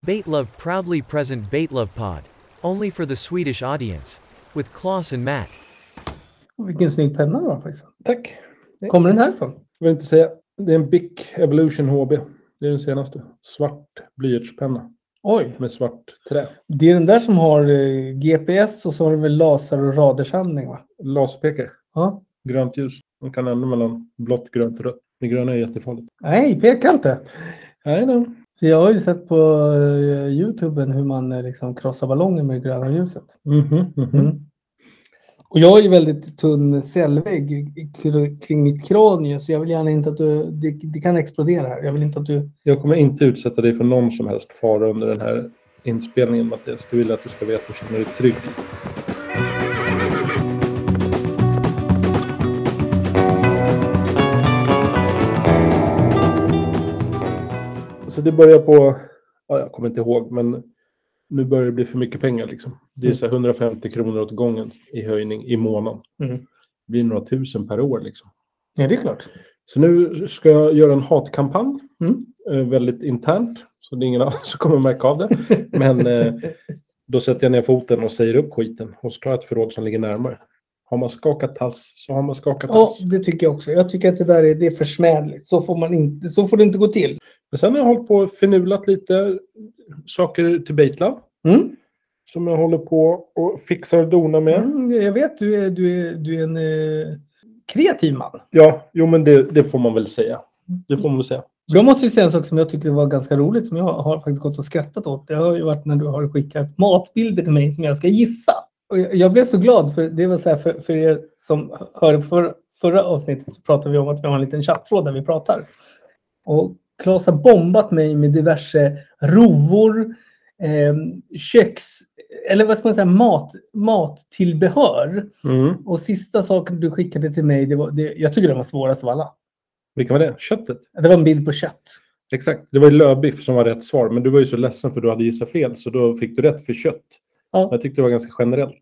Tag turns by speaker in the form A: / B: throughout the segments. A: Baitlove proudly present Baitlove Pod. Only for the Swedish audience. With Klaus and Matt.
B: Vilken snygg penna du har faktiskt.
C: Tack.
B: Kommer den härifrån?
C: Jag vill inte säga. Det är en Bic Evolution HB. Det är den senaste. Svart blyertspenna
B: Oj.
C: med svart trä.
B: Det är den där som har eh, GPS och så har den väl laser och radersändning va?
C: Laserpekare.
B: Ja.
C: Grönt ljus. Man kan ändra mellan blått, grönt och rött. Det gröna är jättefarligt.
B: Nej, peka inte.
C: I know.
B: För jag har ju sett på eh, Youtuben hur man eh, liksom krossar ballonger med det gröna ljuset.
C: Mhm, mhm.
B: Och jag är ju väldigt tunn cellvägg i- kr- kring mitt kranie så jag vill gärna inte att du... Det, det kan explodera här. Jag vill inte att du...
C: Jag kommer inte utsätta dig för någon som helst fara under den här inspelningen Mattias. Det vill jag att du ska veta och känna dig trygg i. Så det börjar på, ja, jag kommer inte ihåg, men nu börjar det bli för mycket pengar liksom. Det är
B: Mm.
C: så här 150 kronor åt gången i höjning i månaden.
B: Mm.
C: Det blir några tusen per år liksom.
B: Ja, det är klart.
C: Så nu ska jag göra en hatkampanj.
B: Mm.
C: Eh, väldigt internt. Så det är ingen annan som kommer att märka av det. Men eh, då sätter jag ner foten och säger upp skiten. Och så tar jag ett förråd som ligger närmare. Har man skakat tass så har man skakat
B: Ja,
C: tass.
B: det tycker jag också. Jag tycker att det där är, det är försmädligt. Så får, man inte, så får det inte gå till.
C: Men sen har jag hållit på och finulat lite saker till Baitlab.
B: Mm.
C: Som jag håller på och fixar och donar med.
B: Mm, jag vet, du är, du är, du är en eh, kreativ man.
C: Ja, jo men det, det får man väl säga. Det får man väl säga.
B: Jag måste ju säga en sak som jag tyckte var ganska roligt som jag har faktiskt gått och skrattat åt. Det har ju varit när du har skickat matbilder till mig som jag ska gissa. Och jag, jag blev så glad för det var så här för, för er som hörde för, förra avsnittet så pratade vi om att vi har en liten chattråd där vi pratar. Och Claes har bombat mig med diverse rovor, eh, köks eller vad ska man säga, mat, mattillbehör.
C: Mm.
B: Och sista saken du skickade till mig, det var, det, jag tycker den var svårast av alla.
C: Vilken var det? Köttet?
B: Det var en bild på kött.
C: Exakt. Det var ju lövbiff som var rätt svar. Men du var ju så ledsen för du hade gissat fel. Så då fick du rätt för kött.
B: Ja.
C: Jag tyckte det var ganska generellt.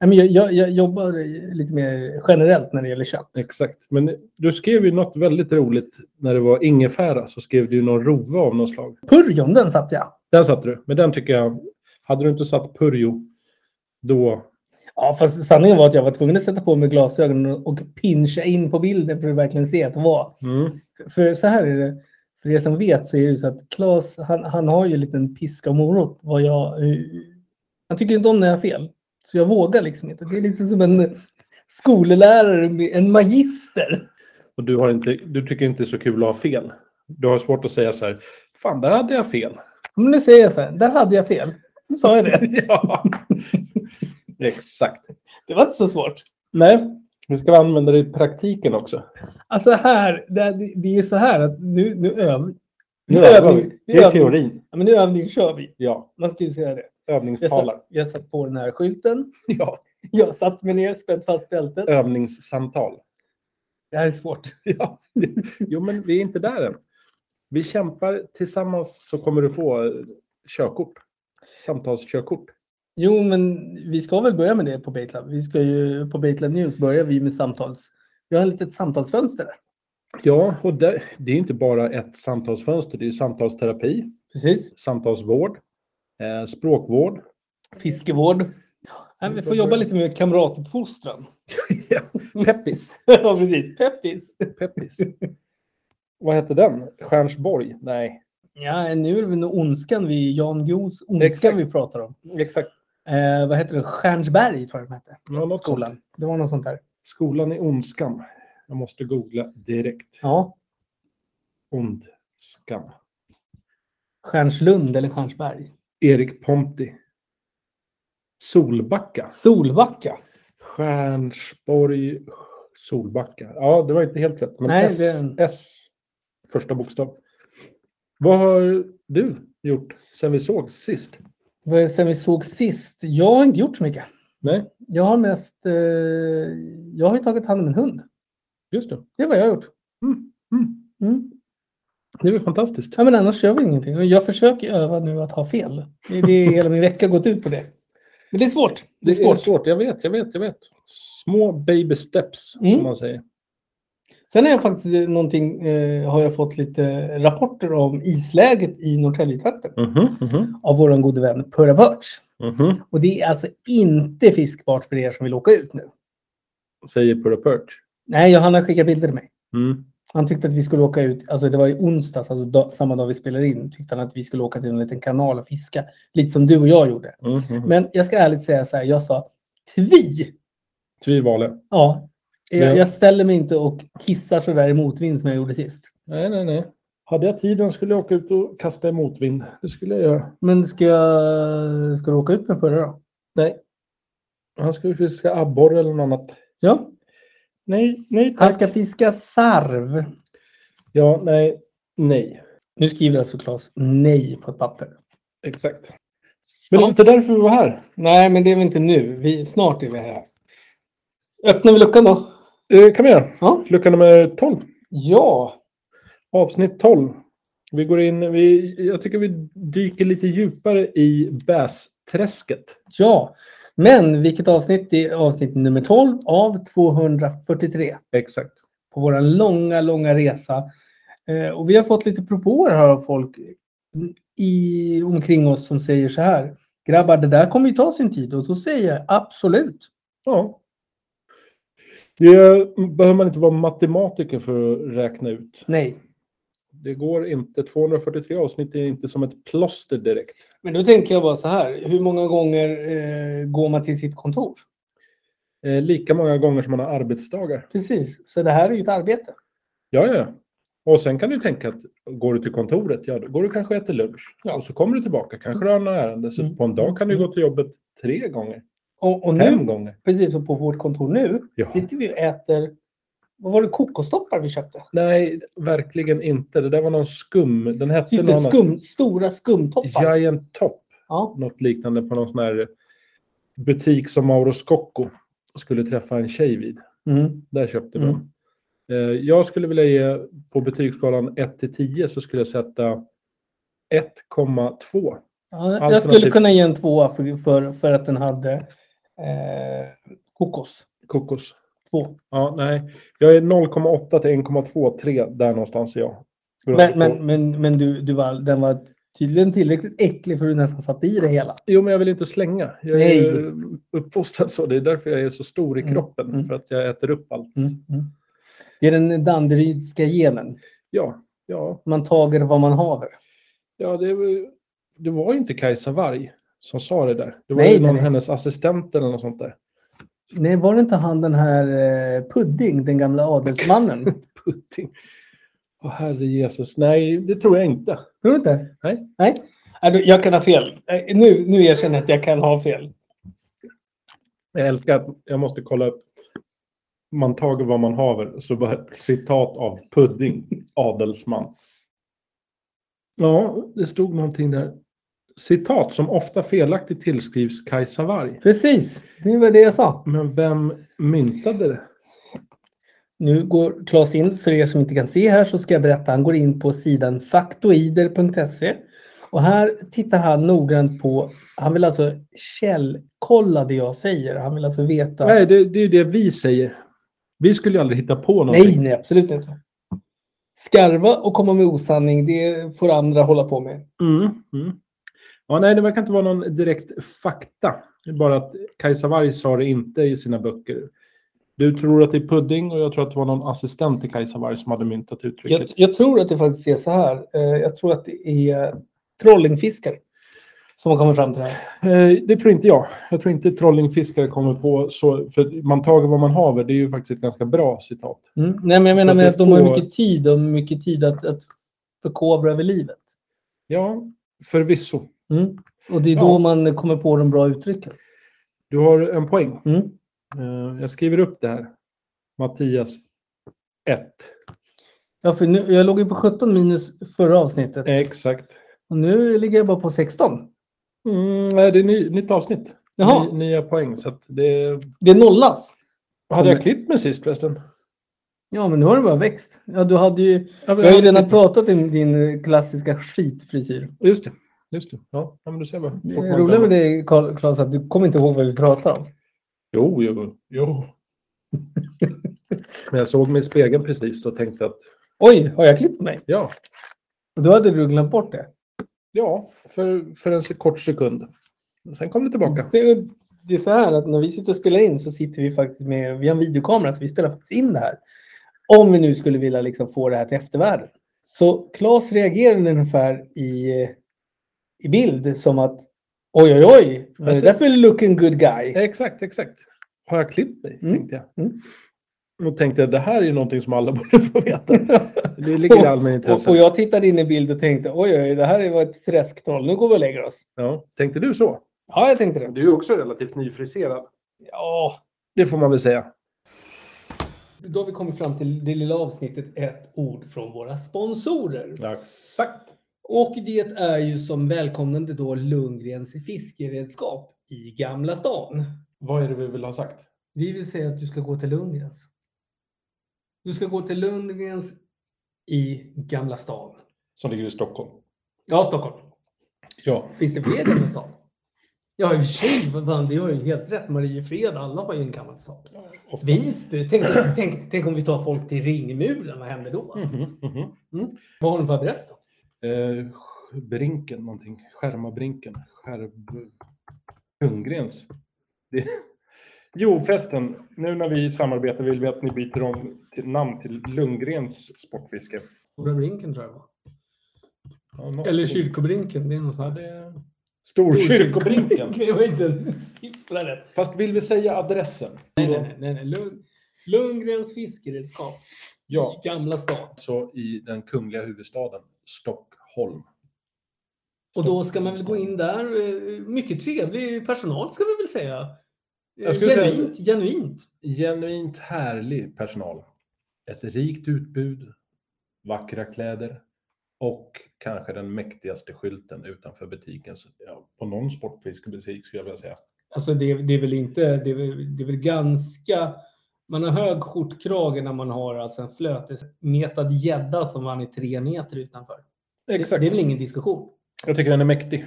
B: Nej, men jag, jag, jag jobbar lite mer generellt när det gäller kött.
C: Exakt. Men du skrev ju något väldigt roligt när det var ingefära. Så skrev du ju någon rova av något slag.
B: Purjon, den satt jag.
C: Den satte du. Men den tycker jag... Hade du inte satt purjo, då...
B: Ja, fast sanningen var att jag var tvungen att sätta på mig glasögonen och pincha in på bilden för att verkligen se att det var.
C: Mm.
B: För så här är det, för er som vet så är det ju så att Claes, han, han har ju en liten piska och morot. Vad jag, eh, han tycker inte om när jag har fel. Så jag vågar liksom inte. Det är lite som en skollärare, med- en magister.
C: Och du, har inte, du tycker inte det är så kul att ha fel. Du har svårt att säga så här, fan där hade jag fel.
B: Men nu säger jag så här, där hade jag fel. Nu sa jag det.
C: Ja. Exakt.
B: Det var inte så svårt.
C: Nej, nu ska vi använda det i praktiken också.
B: Alltså här, det, det- det är så här att nu, nu öv,
C: Nu
B: övar vi.
C: vi.
B: Nu
C: Det är
B: övar vi.
C: teorin.
B: ja, men nu övning kör vi.
C: Ja,
B: Man ska ju säga det. Jag
C: övningstalar.
B: satt, jag satt på den här skylten.
C: Ja,
B: Jag satt mig ner, spänt fast bältet.
C: övningssamtal.
B: Det här är svårt.
C: Ja. Jo, men vi är inte där än. Vi kämpar tillsammans så kommer du få eh, körkort. Samtalskörkort.
B: Jo, men vi ska väl börja med det på Baitlab. Vi ska ju på Baitlab News börjar vi med samtals. Vi har ett litet samtalsfönster där.
C: Ja, och där, det är inte bara ett samtalsfönster. Det är samtalsterapi,
B: Precis.
C: samtalsvård, eh, språkvård.
B: Fiskevård. Ja, vi får jobba lite med kamratuppfostran.
C: Peppis.
B: ja, precis. Peppis.
C: Peppis. Vad hette den? Stjärnsborg? Nej,
B: Ja, nu är det nog ondskan vi, Jan Guillous ondska
C: Exakt.
B: vi pratar om.
C: exakt.
B: Eh, vad heter det? Stjärnsberg tror jag de hette.
C: Ja, något sånt.
B: Skolan. Det var något sånt där.
C: Skolan i ondskan. Jag måste googla direkt.
B: Ja.
C: Ondskan.
B: Stjärnslund eller Stjärnsberg.
C: Erik Ponti. Solbacka.
B: Solbacka.
C: Stjärnsborg. Solbacka. Ja, det var inte helt rätt. Men
B: Nej,
C: S,
B: det-
C: S. Första bokstav. Vad har du gjort sen vi såg sist?
B: Vad är det Sen vi såg sist. Jag har inte gjort så mycket.
C: Nej,
B: Jag har mest... Eh, jag har ju tagit hand om en hund.
C: just det.
B: Det är vad jag har gjort.
C: Mm. Mm.
B: Mm.
C: Det var fantastiskt.
B: Ja, men annars gör vi ingenting. Och Jag försöker öva nu att ha fel. Det, det är hela min vecka har gått ut på det. Men det är svårt.
C: Det är svårt. Jag vet, jag vet, jag vet. Små baby steps,
B: Mm.
C: som man säger.
B: Sen är jag faktiskt någonting, eh, har jag fått lite rapporter om isläget i Norrtäljetrakten
C: Mhm, mhm,
B: av vår gode vän Purra Birch.
C: mhm.
B: Och det är alltså inte fiskbart för er som vill åka ut nu.
C: Säger Pura Perch.
B: Nej, han har skickat bilder till mig.
C: Mm.
B: Han tyckte att vi skulle åka ut, alltså det var i onsdags, alltså da, samma dag vi spelade in, tyckte han att vi skulle åka till en liten kanal och fiska. Lite som du och jag gjorde.
C: Mm, mm.
B: Men jag ska ärligt säga så här, jag sa tvi.
C: Tvivale.
B: Ja,
C: Ja.
B: jag, jag ställer mig inte och kissar så där i motvind som jag gjorde sist.
C: Nej, nej, nej. Hade jag tiden skulle jag åka ut och kasta i motvind. Det skulle jag göra.
B: Men ska, jag, ska du åka ut med Purra då?
C: Nej. Han skulle fiska abborre eller något annat.
B: Ja,
C: Nej, nej
B: han ska fiska sarv.
C: Ja, nej, nej.
B: Nu skriver alltså Claes nej på ett papper.
C: Exakt. Men det var inte därför vi var här.
B: Nej, men det är vi inte nu. Vi, snart är vi här. Öppnar vi luckan då?
C: Eh, kan vi göra.
B: Ja.
C: Lucka nummer 12.
B: Ja.
C: Avsnitt 12. Vi går in, vi, jag tycker vi dyker lite djupare i bästräsket.
B: Ja. Men vilket avsnitt? Det är avsnitt nummer 12 av 243
C: Exakt.
B: på vår långa, långa resa. Eh, och vi har fått lite propåer här av folk i, omkring oss som säger så här. Grabbar, det där kommer ju ta sin tid. Och så säger jag absolut.
C: Ja. Det behöver man inte vara matematiker för att räkna ut.
B: Nej.
C: Det går inte. 243 avsnitt är inte som ett plåster direkt.
B: Men då tänker jag bara så här. Hur många gånger eh, går man till sitt kontor?
C: Eh, lika många gånger som man har arbetsdagar.
B: Precis. Så det här är ju ett arbete.
C: Ja, ja. Och sen kan du tänka att går du till kontoret, ja, då går du kanske och äter lunch. Ja. Och så kommer du tillbaka, kanske du har något ärende. Så
B: Mm.
C: på en dag kan du
B: Mm.
C: gå till jobbet tre gånger,
B: Och, och
C: fem
B: nu,
C: gånger.
B: precis som på vårt kontor nu,
C: Ja.
B: sitter vi och äter, vad var det, kokostoppar vi köpte?
C: Nej, verkligen inte. Det där var någon skum. Den hette
B: Just
C: någon
B: det,
C: annan-
B: skum, stora skumtoppar. Ja.
C: Giant Top. Något liknande på någon sån här butik som Mauro Scocco skulle träffa en tjej vid.
B: Mm.
C: Där köpte
B: Mm.
C: de. Eh, Jag skulle vilja ge, på betygsskalan 1 till 10 så skulle jag sätta 1,2.
B: Ja, jag
C: Alternativ.
B: skulle kunna ge en tvåa för, för, för att den hade eh, kokos.
C: Kokos.
B: Två.
C: Ja, nej. Jag är 0,8 till 1,23 där någonstans är jag. Beroende
B: Men, men,
C: på-
B: men, men du, du var, den var tydligen tillräckligt äcklig för att du nästan satte i det hela.
C: Jo, men jag vill inte slänga. Jag
B: Nej.
C: är eh, uppfostrad så. Det är därför jag är så stor i
B: Mm,
C: kroppen.
B: mm.
C: För att jag äter upp allt.
B: Det är den danderydska genen.
C: Ja, ja,
B: Man tager vad man haver.
C: ja det, var- det var ju inte Kajsa Warg som sa det där. Det var
B: Nej,
C: ju någon
B: nej, nej.
C: hennes assistent eller något sånt där.
B: Nej, var det inte han den här eh, Pudding, den gamla adelsmannen?
C: Pudding. Åh, herre Jesus. Nej, det tror jag inte.
B: Tror du inte?
C: Nej.
B: Nej. Nej, du, Jag kan ha fel. Eh, Nu, nu erkänner jag att jag kan ha fel.
C: Jag älskar att jag måste kolla upp. Man tager vad man haver. Så bara ett citat av Pudding, adelsman. Ja, det stod någonting där. Citat som ofta felaktigt tillskrivs Kajsa Warg.
B: Precis, det var det jag sa.
C: Men vem myntade det?
B: Nu går Claes in, för er som inte kan se här så ska jag berätta. Han går in på sidan faktoider.se och här tittar han noggrant på, han vill alltså källkolla det jag säger. Han vill alltså veta.
C: Nej, det, det är ju det vi säger. Vi skulle ju aldrig hitta på någonting.
B: nej, nej, absolut inte. Skarva och komma med osanning, det får andra hålla på med.
C: Mm, mm. Ja, nej, det verkar inte vara någon direkt fakta. Det är bara att Kajsa Warg sa det inte i sina böcker. Du tror att det är pudding och jag tror att det var någon assistent till Kajsa Warg som hade myntat uttrycket.
B: Jag, jag tror att det faktiskt är så här. Eh, Jag tror att det är trollingfiskare som har kommit fram till det här.
C: Eh, det tror inte jag. Jag tror inte trollingfiskare kommer på så. För man tager vad man haver, det är ju faktiskt ett ganska bra citat.
B: Mm. Nej, men jag menar
C: Att
B: med
C: det
B: att de har
C: får-
B: mycket tid och mycket tid att, att förkovra över livet.
C: Ja, förvisso.
B: Mm. Och det är
C: Ja.
B: då man kommer på de bra uttrycken.
C: Du har en poäng.
B: Mm.
C: Eh, jag skriver upp det här. Mattias 1.
B: Ja, för nu, jag låg ju på 17 minus förra avsnittet
C: Exakt.
B: och nu ligger jag bara på 16.
C: Mm, nej, det är ny, nytt avsnitt.
B: Jaha.
C: Ny, nya poäng. Så att det,
B: Det nollas.
C: Hade jag klippt mig sist förresten?
B: Ja, men nu har det bara växt. Ja, du hade ju...
C: Ja,
B: Jag har ju redan pratat om din eh, klassiska skitfrisyr.
C: Just det. Just det. Ja, ja, men du ser vad.
B: Det
C: folk
B: är
C: man
B: roliga med
C: glömmer.
B: dig, Carl- Claes, att du kommer inte ihåg vad vi pratar om.
C: Jo, jo, jo. Men jag såg mig i spegeln precis och tänkte att
B: Oj, har jag klippt mig?
C: ja,
B: Och då hade du glömt bort det.
C: ja för, för en se- kort sekund. Sen kom det tillbaka.
B: det. Det är så här att när vi sitter och spelar in så sitter vi faktiskt med, vi har en videokamera så vi spelar faktiskt in det här. Om vi nu skulle vilja liksom få det här till eftervärlden. Så Claes reagerade ungefär i, eh, i bild som att oj oj oj, men
C: Alltså-
B: det därför är looking good guy.
C: Exakt, exakt. Har jag klippt mig?
B: Mm.
C: Tänkte jag.
B: Mm.
C: Och tänkte jag, det här är ju någonting som alla borde få veta. Det ligger i allmänintresset.
B: Och, och jag tittade in i bild och tänkte oj oj, det här var ett träsktroll, nu går vi och lägger oss.
C: Ja, tänkte du så?
B: Ja, jag tänkte det.
C: Du är också relativt nyfriserad.
B: Ja,
C: Det får man väl säga.
B: då har vi kommit fram till det lilla avsnittet ett ord från våra sponsorer.
C: exakt.
B: Och det är ju som välkomnande då Lundgrens fiskeredskap i Gamla stan.
C: Vad är det vi vill ha sagt?
B: Vi vill säga att du ska gå till Lundgrens. Du ska gå till Lundgrens i Gamla stan.
C: Som ligger i Stockholm.
B: Ja, Stockholm.
C: Ja.
B: Finns det fler Gamla stan? Ja, i och för sig. vad fan, Det har ju helt rätt. Mariefred, alla har ju en Gamla stan.
C: ofta.
B: Visby. Tänk, tänk, tänk om vi tar folk till Ringmuren. Vad händer då?
C: Mhm, mhm.
B: Vad har de för adress då?
C: Eh, brinken någonting. Skärmabrinken. Skärb... Ljunggrens. Det... Jo förresten, nu när vi samarbetar vill vi att ni byter om till namn till Lundgrens Sportfiske.
B: Stora Brinken tror jag det var.
C: Ja, nå-
B: Eller Kyrkobrinken. Det är något
C: Ja,
B: sånt.
C: det... Storkyrkobrinken.
B: Det var inte en siffra rätt.
C: Fast vill vi säga adressen?
B: Nej, nej, nej. nej. Lund, Lundgrens fiskeredskap.
C: Ja,
B: I Gamla stan.
C: så Alltså i den kungliga huvudstaden Stockholm.
B: Och då ska man väl gå in där. eh, Mycket trevlig personal ska vi väl säga. Eh,
C: Jag skulle säga-
B: genuint, genuint.
C: Genuint härlig personal. Ett rikt utbud, vackra kläder och kanske den mäktigaste skylten utanför butiken. Så, ja, på någon sportfiskebutik skulle jag vilja säga.
B: Alltså det, det är väl inte, det är väl, det är väl ganska, man har hög skjortkrage när man har alltså en flötesmetad gädda som man är tre meter utanför. Det,
C: Exakt.
B: det är väl ingen diskussion.
C: Jag tycker den är mäktig.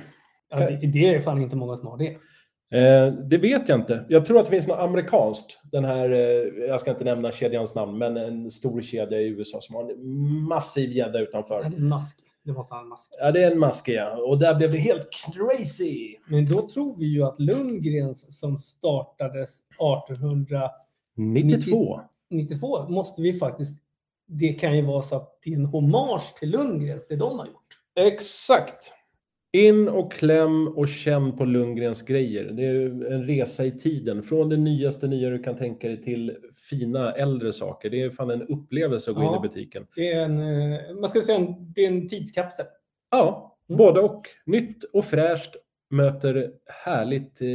B: Ja, det, det är fan inte många som har det.
C: Eh, det vet jag inte. Jag tror att det finns något amerikanskt. Den här, eh, jag ska inte nämna kedjans namn, men en stor kedja i USA som har en massiv gädda
B: Det
C: utanför.
B: är en mask. Det måste ha en mask.
C: Ja, det är en maske, ja. Och där blev det helt crazy!
B: Men då tror vi ju att Lundgrens som startades 1892
C: 92.
B: måste vi faktiskt... Det kan ju vara så att det är en hommage till Lundgrens, det de har gjort.
C: Exakt! In och kläm och känn på Lundgrens grejer. Det är ju en resa i tiden. Från det nyaste nya du kan tänka dig till fina äldre saker. Det är fan en upplevelse att gå
B: Ja.
C: in i butiken.
B: Det är en, eh, man ska säga en, det är en tidskapsel.
C: Ja,
B: Mm.
C: både och. Nytt och fräscht möter härligt eh,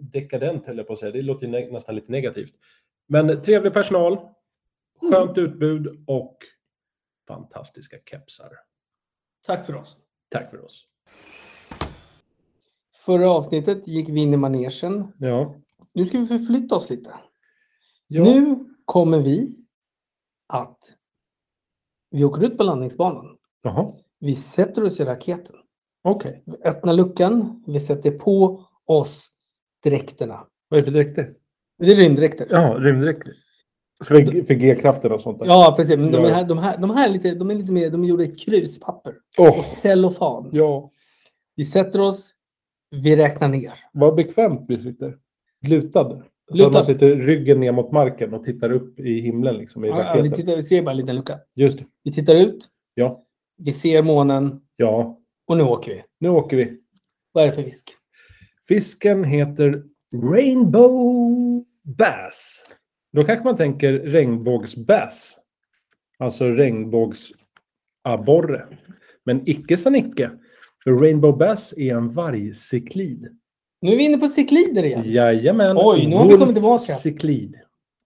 C: dekadent, höll jag på att säga. Det låter ju nä- nästan lite negativt. Men trevlig personal, skönt utbud och fantastiska kepsar.
B: Tack för oss.
C: Tack för oss.
B: Förra avsnittet gick vi in i manegen.
C: Ja.
B: Nu ska vi förflytta oss lite.
C: ja.
B: Nu kommer vi att... Vi åker ut på landningsbanan.
C: Jaha,
B: Vi sätter oss i raketen.
C: okej.
B: Vi öppnar luckan. Vi sätter på oss dräkterna.
C: Vad är det för dräkter?
B: Det är rymddräkter. Ja,
C: Ja, rymddräkter. För, för G-kraften och sånt där?
B: precis. Men de,
C: Ja.
B: här, de, här, de här är lite, de är lite mer, de är gjorda i kruspapper. Och
C: Åh,
B: cellofan.
C: ja.
B: Vi sätter oss. Vi räknar ner.
C: Vad bekvämt vi sitter. Lutad. Lutad.
B: Lutad.
C: Man sitter ryggen ner mot marken och tittar upp i himlen liksom i
B: Ja, ja, vi,
C: raketen.
B: tittar, vi ser bara en liten lucka.
C: Just det.
B: Vi tittar ut.
C: Ja.
B: Vi ser månen.
C: Ja,
B: Och nu åker vi.
C: nu åker vi.
B: Vad är det för fisk?
C: Fisken heter Rainbow Bass. Då kanske man tänker regnbågsbass. Alltså regnbågsabborre. Men icke sa Nicke. För Rainbow Bass är en vargcyklid.
B: Nu är vi inne på ciklider igen.
C: Jajamän.
B: Oj, nu har vi
C: Wolf
B: kommit tillbaka.
C: Cichlid.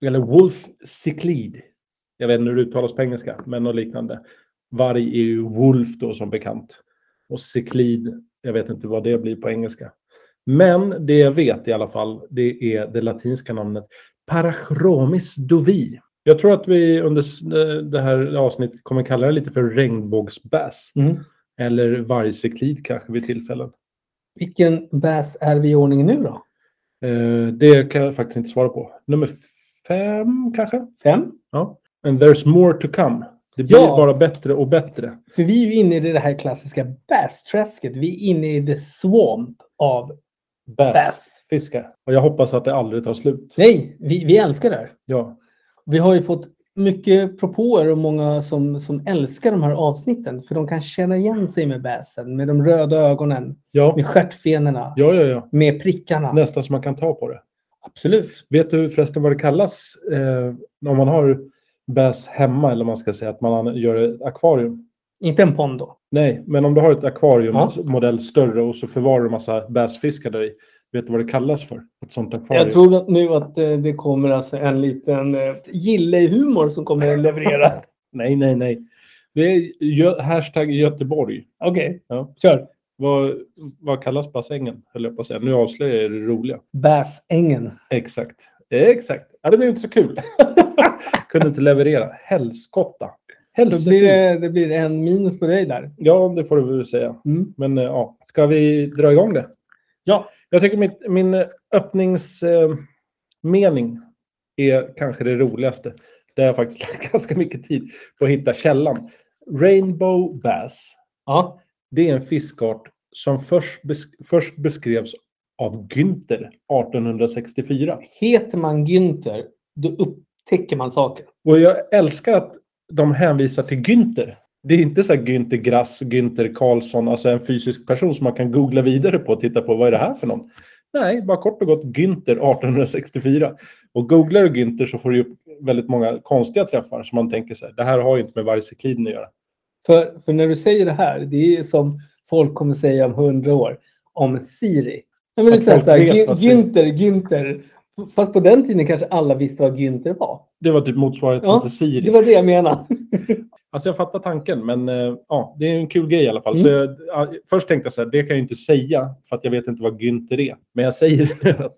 C: Eller Wolf Cichlid. Jag vet inte hur det uttalas på engelska, men något liknande. Varg är ju Wolf då som bekant. Och Cichlid, jag vet inte vad det blir på engelska. Men det jag vet i alla fall, det är det latinska namnet Parachromis dovi. Jag tror att vi under s- eh, det här avsnittet kommer kalla det lite för regnbågsbass.
B: Mm.
C: Eller vargcyklid kanske vid tillfällen.
B: Vilken bass är vi i ordning nu då?
C: Eh, det kan jag faktiskt inte svara på. Nummer fem kanske?
B: Fem?
C: Ja. And there's more to come. Det blir
B: Ja.
C: bara bättre och bättre.
B: För vi är ju inne i det här klassiska bassträsket. Vi är inne i the swamp av
C: Bass.
B: bass.
C: Fiska. Och jag hoppas att det aldrig tar slut.
B: Nej, vi, vi älskar det här.
C: Ja.
B: Vi har ju fått mycket propåer och många som, som älskar de här avsnitten. För de kan känna igen sig med bassen, med de röda ögonen,
C: Ja.
B: med stjärtfenorna,
C: Ja, ja, ja.
B: med prickarna.
C: Nästan så man kan ta på det.
B: Absolut.
C: Vet du förresten vad det kallas eh, om man har bass hemma eller man ska säga att man gör ett akvarium?
B: Inte en pond då.
C: Nej, men om du har ett akvarium,
B: Ja.
C: alltså, modell större och så förvarar du massa bassfiskar där i. Vet du vad det kallas för? Ett sånt akvarium?
B: Jag tror att nu att eh, det kommer alltså en liten eh, gillehumor som kommer att leverera.
C: Nej, nej, nej. Det är Gö- hashtag Göteborg.
B: Okej,
C: Ja.
B: kör.
C: Vad, vad kallas bassängen? Höll jag på att säga. Nu avslöjar jag det roliga.
B: Bassängen.
C: Exakt. Exakt. Ja, det blev inte så kul. Kunde inte leverera. Helskotta.
B: Då
C: Helsefin.
B: blir det, det blir en minus på dig där.
C: Ja, det får du väl säga.
B: Mm.
C: Men eh, ja, ska vi dra igång det?
B: Ja.
C: Jag tycker mitt, min öppningsmening är kanske det roligaste. Där jag faktiskt lagt ganska mycket tid på att hitta källan. Rainbow bass.
B: Ja.
C: Det är en fiskart som först, besk- först beskrevs av Günther 1864.
B: Heter man Günther, då upptäcker man saker.
C: Och jag älskar att de hänvisar till Günther. Det är inte så här Günther Grass, Günther Karlsson, alltså en fysisk person som man kan googla vidare på och titta på vad är det här för någon. Nej, bara kort och gott Günther 1864. Och googlar du Günther så får du upp väldigt många konstiga träffar som man tänker så här, det här har ju inte med vargsekiden att göra.
B: För, för när du säger det här, det är som folk kommer säga om hundra år om Siri. Ja, men det
C: Att
B: är så här,
C: folk
B: så här,
C: vet
B: Gü-
C: vad Siri-
B: Günther, Günther. Fast på den tiden kanske alla visste vad Günther var.
C: Det var typ motsvarigheten
B: Ja,
C: till Siri.
B: Det var det jag menade.
C: Alltså jag fattar tanken, men eh, ja, det är en kul grej i alla fall.
B: Mm.
C: Så jag, ja, först tänkte jag så här, det kan jag ju inte säga för att jag vet inte vad Günther är. Men jag säger det.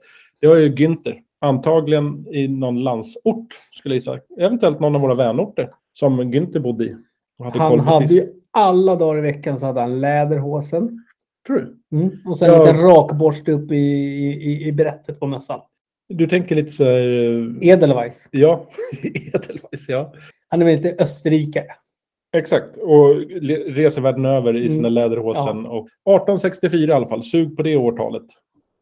C: Det var ju Günther. Antagligen i någon landsort, skulle jag säga. Eventuellt någon av våra vänorter som Günther bodde i. Och hade
B: Han
C: koll på
B: hade
C: fisk.
B: ju alla dagar i veckan så hade han läderhosen.
C: Tror du?
B: Mm. Och sen
C: Ja.
B: en liten rakborste upp i, i, i brättet på mössan.
C: Du tänker lite så här... eh,
B: Edelweiss.
C: Ja, Edelweiss, ja.
B: Han är väl lite österrikare.
C: Exakt, och le- reser världen över i sina
B: Mm.
C: läderhosen. Och 1864 i alla fall, sug på det årtalet.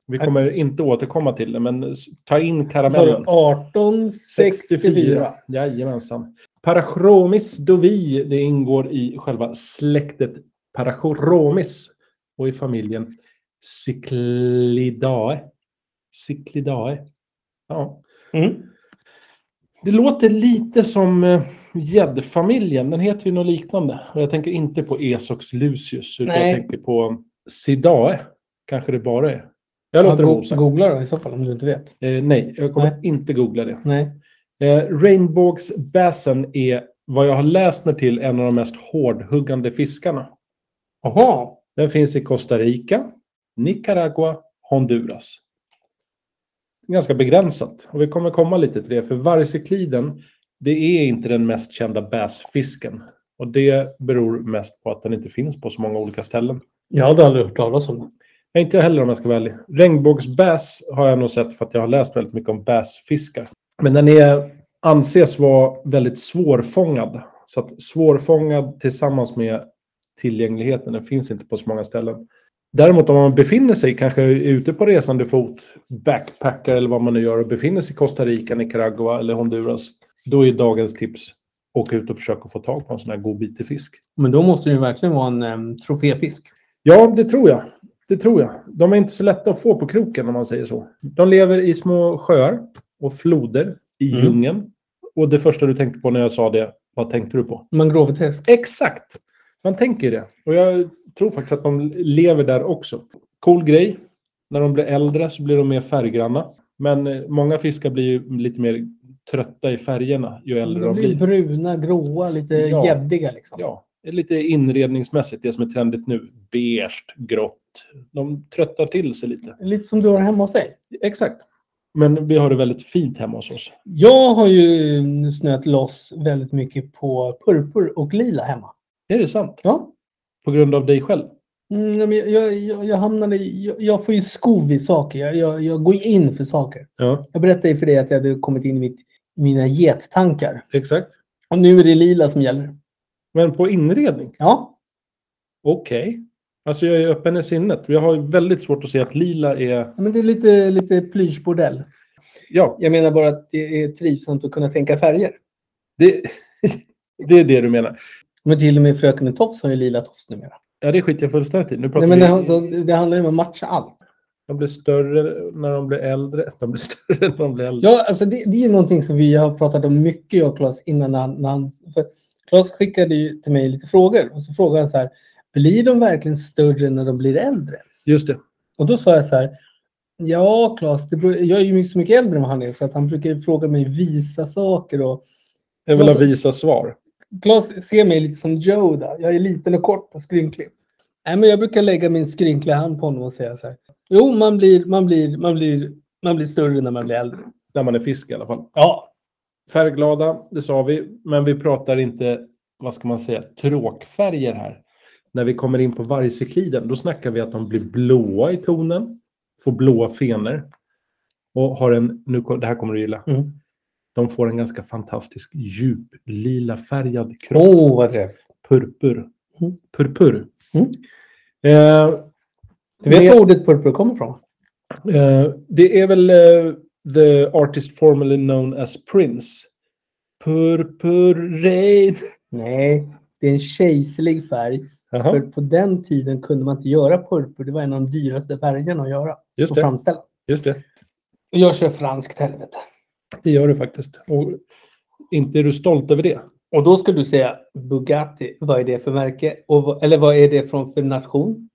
C: Vi kommer inte återkomma till det, men s- ta in
B: Så
C: karamellen.
B: 1864.
C: Jajamensan. Parachromis dovi, det ingår i själva släktet Parachromis och i familjen Cichlidae. Cichlidae. Ja.
B: Mm.
C: Det låter lite som eh, gäddfamiljen. Den heter ju något liknande. Och jag tänker inte på Esox lucius, utan
B: Nej.
C: jag tänker på Cidae. Kanske det bara är. Jag
B: Ja,
C: låter det vara
B: go-
C: osagt.
B: googla då i så fall om du inte vet.
C: Eh, nej, jag kommer
B: Nej.
C: inte googla det.
B: Nej.
C: Eh, Rainbows bassen är vad jag har läst mig till en av de mest hårdhuggande fiskarna.
B: Jaha.
C: Den finns i Costa Rica, Nicaragua, Honduras. Ganska begränsat. Och vi kommer komma lite till det, för vargcykliden, det är inte den mest kända bassfisken. Och det beror mest på att den inte finns på så många olika ställen.
B: Jag hade aldrig hört talas om det.
C: Nej, inte jag heller om jag ska vara ärlig. Regnbågsbass har jag nog sett för att jag har läst väldigt mycket om bassfiskar. Men den är, anses vara väldigt svårfångad. Så att svårfångad tillsammans med tillgängligheten, den finns inte på så många ställen. Däremot om man befinner sig kanske ute på resande fot, backpackar eller vad man nu gör och befinner sig i Costa Rica, Nicaragua eller Honduras, då är dagens tips åka ut och försöka få tag på en sån här god bit till fisk.
B: Men då måste det ju verkligen vara en em, troféfisk.
C: Ja, det tror jag. Det tror jag. De är inte så lätta att få på kroken om man säger så. De lever i små sjöar och floder i
B: Mm.
C: djungeln. Och det första du tänkte på när jag sa det, vad tänkte du på?
B: Mangroveträsk.
C: Exakt! Man tänker ju det. Och jag tror faktiskt att de lever där också. Cool grej. När de blir äldre så blir de mer färggranna. Men eh, många fiskar blir ju lite mer trötta i färgerna ju äldre
B: De
C: de blir.
B: blir bruna, gråa, lite
C: Ja.
B: gäddiga liksom.
C: Ja, det är lite inredningsmässigt, det som är trendigt nu. Beige, grått. De tröttar till sig lite.
B: Lite som du har hemma hos dig.
C: Exakt. Men vi har det väldigt fint hemma hos oss.
B: Jag har ju snöat loss väldigt mycket på purpur och lila hemma.
C: Är det sant?
B: Ja.
C: På grund av dig själv?
B: Mm, nej, men jag, jag, jag, jag hamnade i- jag, jag får ju skov i saker. Jag, jag, jag går ju in för saker.
C: Ja.
B: Jag berättade ju för dig att jag hade kommit in i mitt mina gettankar.
C: Exakt.
B: Och nu är det lila som gäller.
C: Men på inredning?
B: Ja,
C: Okej. Alltså jag är öppen i sinnet. Jag har ju väldigt svårt att se att lila är...
B: men det är lite, lite plyschbordell.
C: Ja,
B: Jag menar bara att det är trivsamt att kunna tänka färger.
C: det, det är det du menar.
B: Men till och med Fröken med tofs har ju lila tofs numera.
C: Ja, det skiter jag fullständigt i. Nu pratar
B: Nej, men det,
C: vi...
B: alltså, det handlar ju om att matcha allt.
C: De blir större när de blir äldre. De blir större när de blir äldre.
B: Ja, alltså det, det är ju någonting som vi har pratat om mycket, jag och Claes, innan han... När han för Claes skickade ju till mig lite frågor och så frågade han så här, blir de verkligen större när de blir äldre?
C: Just det.
B: Och då sa jag så här, ja Claes, det beror, jag är ju så mycket äldre än vad han är så att han brukar ju fråga mig visa saker och
C: Jag vill ha
B: Alltså-
C: visa svar.
B: Claes ser mig lite som Yoda. Jag är liten och kort och skrynklig. Nej, men jag brukar lägga min skrynkliga hand på honom och säga så här. Jo, man blir, man blir, man blir, man blir större när man blir äldre.
C: När man är fisk i alla fall.
B: Ja.
C: Färgglada, det sa vi. Men vi pratar inte, vad ska man säga, tråkfärger här. När vi kommer in på vargcykliden, då snackar vi att de blir blåa i tonen. Får blåa fenor. Och har en, nu, ko- det här kommer du gilla.
B: Mm.
C: De får en ganska fantastisk djup lila färgad kropp.
B: Åh, oh, vad trevligt.
C: Purpur.
B: Mm.
C: Purpur.
B: Mm.
C: Eh,
B: Du vet
C: med-
B: var ordet purpur kommer ifrån?
C: Eh, det är väl eh, the artist formerly known as Prince. Purpur rain.
B: Nej, det är en kejserlig färg. För
C: Jaha,
B: på den tiden kunde man inte göra purpur. Det var en av de dyraste färgerna att göra
C: just
B: och
C: det.
B: framställa.
C: Just det.
B: Och jag kör franskt helvete.
C: det gör du faktiskt. Och inte är du stolt över det.
B: Och då ska du säga Bugatti, vad är det för märke? Och, vad- eller vad är det från för nation?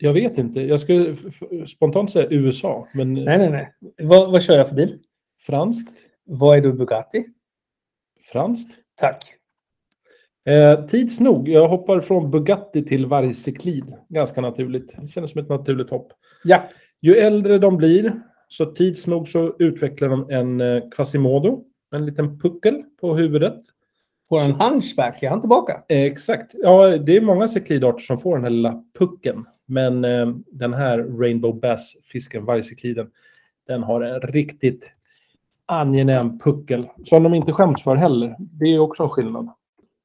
C: Jag vet inte. Jag skulle f- f- spontant säga USA, men eh,
B: Nej, nej, nej. Vad, vad kör jag för bil?
C: franskt.
B: Vad är då Bugatti?
C: Franskt.
B: Tack.
C: Eh, tids nog. Jag hoppar från Bugatti till vargcyklid. Ganska naturligt. Det känns som ett naturligt hopp.
B: Ja.
C: Ju äldre de blir, så tids nog så utvecklar de en eh, Quasimodo, en liten puckel på huvudet.
B: Får en hunchback, är han tillbaka?
C: Eh, exakt. Ja, det är många cyklidarter som får den här lilla pucken. Men eh, den här Rainbow Bass, fisken vargcykliden, den har en riktigt angenäm puckel. Som de inte skäms för heller. Det är också en skillnad.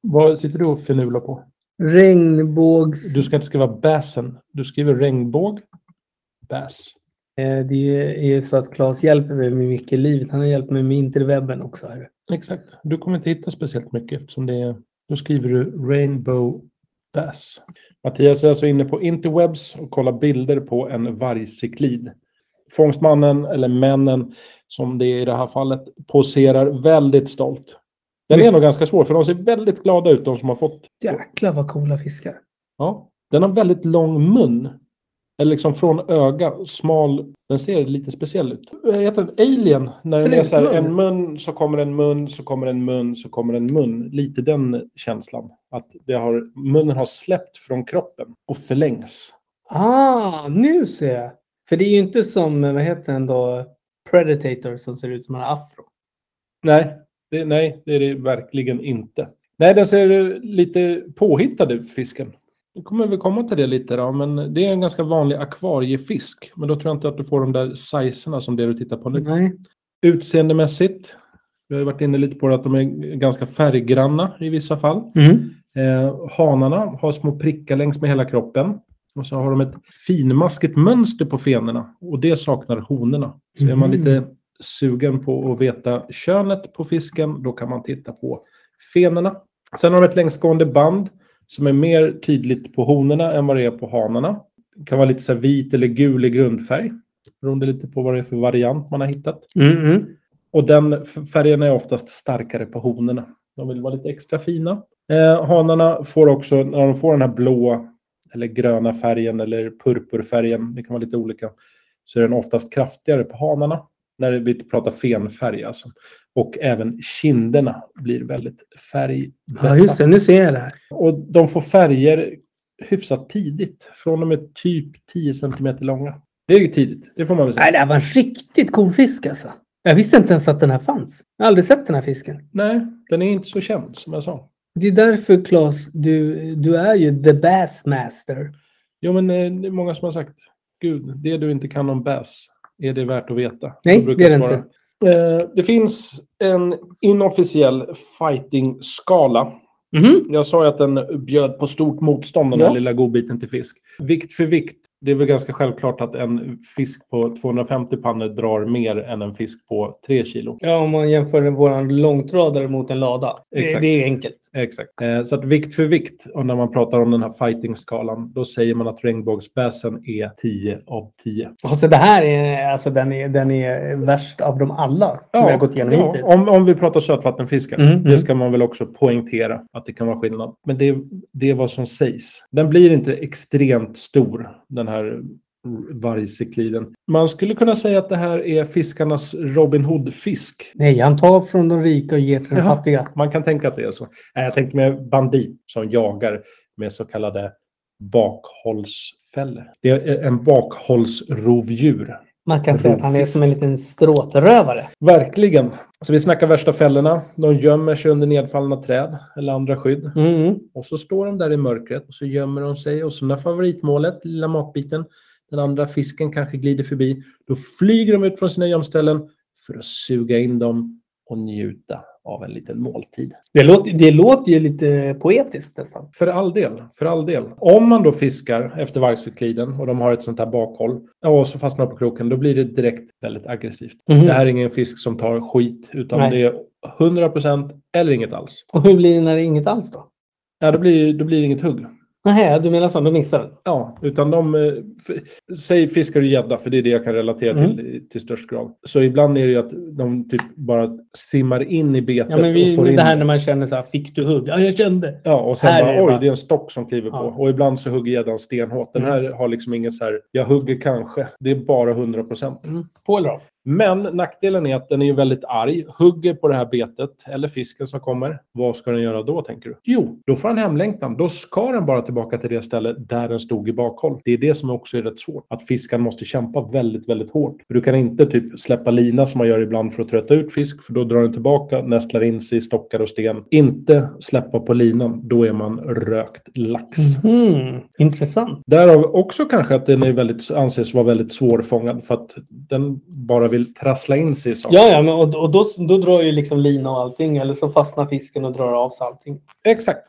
C: Vad sitter du och finurlar på?
B: Regnbågs...
C: Du ska inte skriva bassen. Du skriver regnbåg. Bass.
B: Eh, Det är ju så att Claes hjälper mig med mycket i livet. Han har hjälpt mig med interwebben också. Här.
C: Exakt. Du kommer inte hitta speciellt mycket eftersom det är, då skriver du Rainbow Bass. Mattias är alltså inne på interwebs och kollar bilder på en vargcyklid. Fångstmannen, eller männen som det är i det här fallet, poserar väldigt stolt. Den är nog ganska svår för de ser väldigt glada ut de som har fått.
B: Jäklar vad coola fiskar.
C: Ja. Den har väldigt lång mun. Eller liksom från öga, smal. Den ser lite speciell ut. Vad Heter den alien? När den är så här, en mun, så kommer en mun, så kommer en mun, så kommer en mun. Lite den känslan. Att det har, munnen har släppt från kroppen och förlängs.
B: Ah, nu ser jag. För det är ju inte som, eh, vad heter den då, Predator som ser ut som en afro.
C: Nej, det, nej, det är det verkligen inte. Nej, den ser lite påhittad ut, fisken. Nu kommer vi komma till det lite då, men det är en ganska vanlig akvariefisk. Men då tror jag inte att du får de där sizeerna som det du tittar på nu.
B: Nej.
C: Utseendemässigt, vi har ju varit inne lite på det, att de är ganska färggranna i vissa fall.
B: Mm.
C: Eh, hanarna har små prickar längs med hela kroppen. Och så har de ett finmaskigt mönster på fenorna och det saknar honorna. Så är man
B: Mhm.
C: lite sugen på att veta könet på fisken, då kan man titta på fenorna. Sen har de ett längsgående band som är mer tydligt på honorna än vad det är på hanarna. Det kan vara lite så här vit eller gul i grundfärg. Beroende lite på vad det är för variant man har hittat.
B: Mm, mm.
C: Och den f- färgen är oftast starkare på honorna. De vill vara lite extra fina. Eh, hanarna får också, när de får den här blå eller gröna färgen eller purpurfärgen, det kan vara lite olika, så är den oftast kraftigare på hanarna. När vi pratar fenfärg alltså. Och även kinderna blir väldigt
B: Ja,
C: färgbesatta.
B: just det. Nu ser jag det här.
C: och de får färger hyfsat tidigt. Från och med typ 10 cm långa. Det är ju tidigt, det får man väl säga.
B: Nej, det här var en riktigt cool fisk alltså. Jag visste inte ens att den här fanns. Jag har aldrig sett den här fisken.
C: Nej, den är inte så känd som jag sa.
B: Det är därför Claes, du, du är ju the bassmaster.
C: Jo, men eh, det är många som har sagt, Gud, det du inte kan om bass, är det värt att veta?
B: Nej,
C: Jag brukar
B: det är det
C: svara,
B: inte.
C: Eh, det finns en inofficiell fighting-skala.
B: Mhm.
C: Jag sa ju att den bjöd på stort motstånd, den
B: Ja.
C: här lilla godbiten till fisk. Vikt för vikt, det är väl ganska självklart att en fisk på 250 pannor drar mer än en fisk på 3 kilo.
B: Ja, om man jämför vår långtradare mot en lada. Det,
C: Exakt.
B: det är enkelt.
C: Exakt. Eh, Så att vikt för vikt, och när man pratar om den här fighting-skalan, då säger man att regnbågsbäsen är 10 av 10.
B: Och så det här är, alltså, den är, den är värst av dem alla vi har gått igenom
C: ja,
B: hittills.
C: om, om vi pratar sötvattenfiskar.
B: Mm, mm.
C: Det ska man väl också poängtera att det kan vara skillnad. Men det, det är vad som sägs. Den blir inte extremt stor, den här vargcikliden. Man skulle kunna säga att det här är fiskarnas Robin Hood-fisk.
B: Nej, han tar från de rika och ger till de
C: Jaha.
B: fattiga.
C: Man kan tänka att det är så. Nej, Jag tänkte med bandit som jagar med så kallade bakhållsfällor. Det är en bakhållsrovdjur.
B: Man kan säga att han är
C: Rovfisk.
B: som en liten stråtrövare.
C: Verkligen. Så vi snackar värsta fällorna. De gömmer sig under nedfallna träd eller andra skydd.
B: Mm.
C: Och så står de där i mörkret och så gömmer de sig. Och så när favoritmålet, lilla matbiten, den andra fisken kanske glider förbi, då flyger de ut från sina gömställen för att suga in dem och njuta av en liten måltid.
B: Det, låter, det låter ju lite poetiskt nästan.
C: För all del, för all del. Om man då fiskar efter vargcykliden och de har ett sånt här bakhåll ja, och så fastnar de på kroken, då blir det direkt väldigt aggressivt.
B: Mhm.
C: Det här är ingen fisk som tar skit, utan
B: Nej.
C: det är 100% eller inget alls.
B: Och hur blir det när det är inget alls då?
C: Ja, då blir, då blir det inget hugg.
B: Nej, du menar så, då missar den.
C: Ja, utan de... eh, f- Säg fiskar och gädda, för det är det jag kan relatera
B: Mm.
C: till till störst grad. Så ibland är det ju att de typ bara simmar in i betet
B: Ja, men vi,
C: och får in...
B: det här när man känner så här, fick du hugg? Ja, jag kände.
C: Ja, och sen
B: Här är
C: bara,
B: det
C: oj,
B: bara-
C: det är en stock som kliver
B: Ja. Mm.
C: på. Och ibland så hugger gäddan stenhårt. Den här har liksom ingen så här, jag hugger kanske. Det är bara 100 procent.
B: På eller av?
C: Men nackdelen är att den är ju väldigt arg. Hugger på det här betet, eller fisken som kommer. Vad ska den göra då, tänker du? Jo, då får den hemlängtan. Då ska den bara tillbaka till det ställe där den stod i bakhåll. Det är det som också är rätt svårt. Att fiskaren måste kämpa väldigt, väldigt hårt. För du kan inte typ släppa lina som man gör ibland för att trötta ut fisk. För då drar den tillbaka, nästlar in sig i stockar och sten. Inte släppa på linan. Då är man rökt lax.
B: Mhm. Intressant.
C: Därav också kanske att den är väldigt, anses vara väldigt svårfångad för att den bara vill trassla in sig i saker.
B: Ja, ja, men och, och då, då drar ju liksom lina och allting. Eller så fastnar fisken och drar av sig allting.
C: Exakt.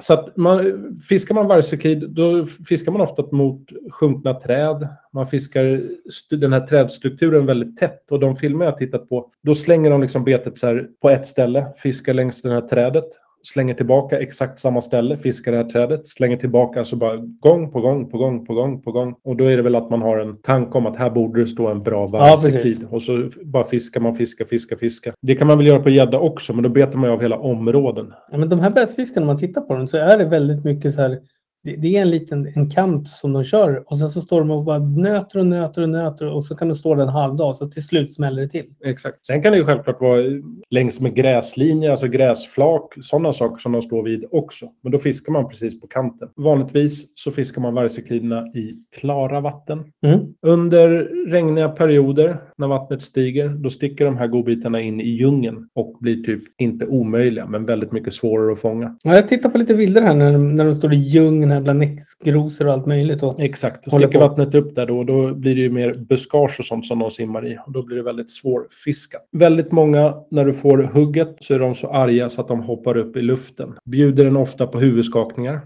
C: Så att man, fiskar man vargcyklid, då fiskar man ofta mot sjunkna träd. Man fiskar stu- den här trädstrukturen väldigt tätt. Och de filmer jag har tittat på, då slänger de liksom betet så här på ett ställe, fiskar längs det här trädet, slänger tillbaka exakt samma ställe, fiskar det här trädet, slänger tillbaka, alltså bara gång på gång på gång på gång på gång. Och då är det väl att man har en tanke om att här borde det stå en bra vargcyklid. Och så bara fiskar man, fiskar, fiskar, fiskar. Det kan man väl göra på gädda också, men då betar man ju av hela områden.
B: Ja, men de här bästfiskarna, om man tittar på dem, så är det väldigt mycket så här. Det, det är en liten en kant som de kör och sen så står de och bara nöter och nöter och nöter och så kan de stå där en halv dag så till slut smäller det till.
C: Exakt. Sen kan det ju självklart vara längs med gräslinjer, alltså gräsflak, sådana saker som de står vid också. Men då fiskar man precis på kanten. Vanligtvis så fiskar man vargcykliderna i klara vatten.
B: Mm.
C: Under regniga perioder, när vattnet stiger, då sticker de här godbitarna in i djungeln och blir typ inte omöjliga, men väldigt mycket svårare att fånga.
B: Ja, jag tittar på lite bilder här när de, när de står i djungeln här bland näcksgrosor och allt möjligt. Och,
C: Exakt.
B: Håller
C: Sticker
B: på.
C: vattnet upp där då, då blir det ju mer buskage och sånt som de simmar i. Och då blir det väldigt svårfiskat. Väldigt många, när du får hugget, så är de så arga så att de hoppar upp i luften. Bjuder den ofta på huvudskakningar.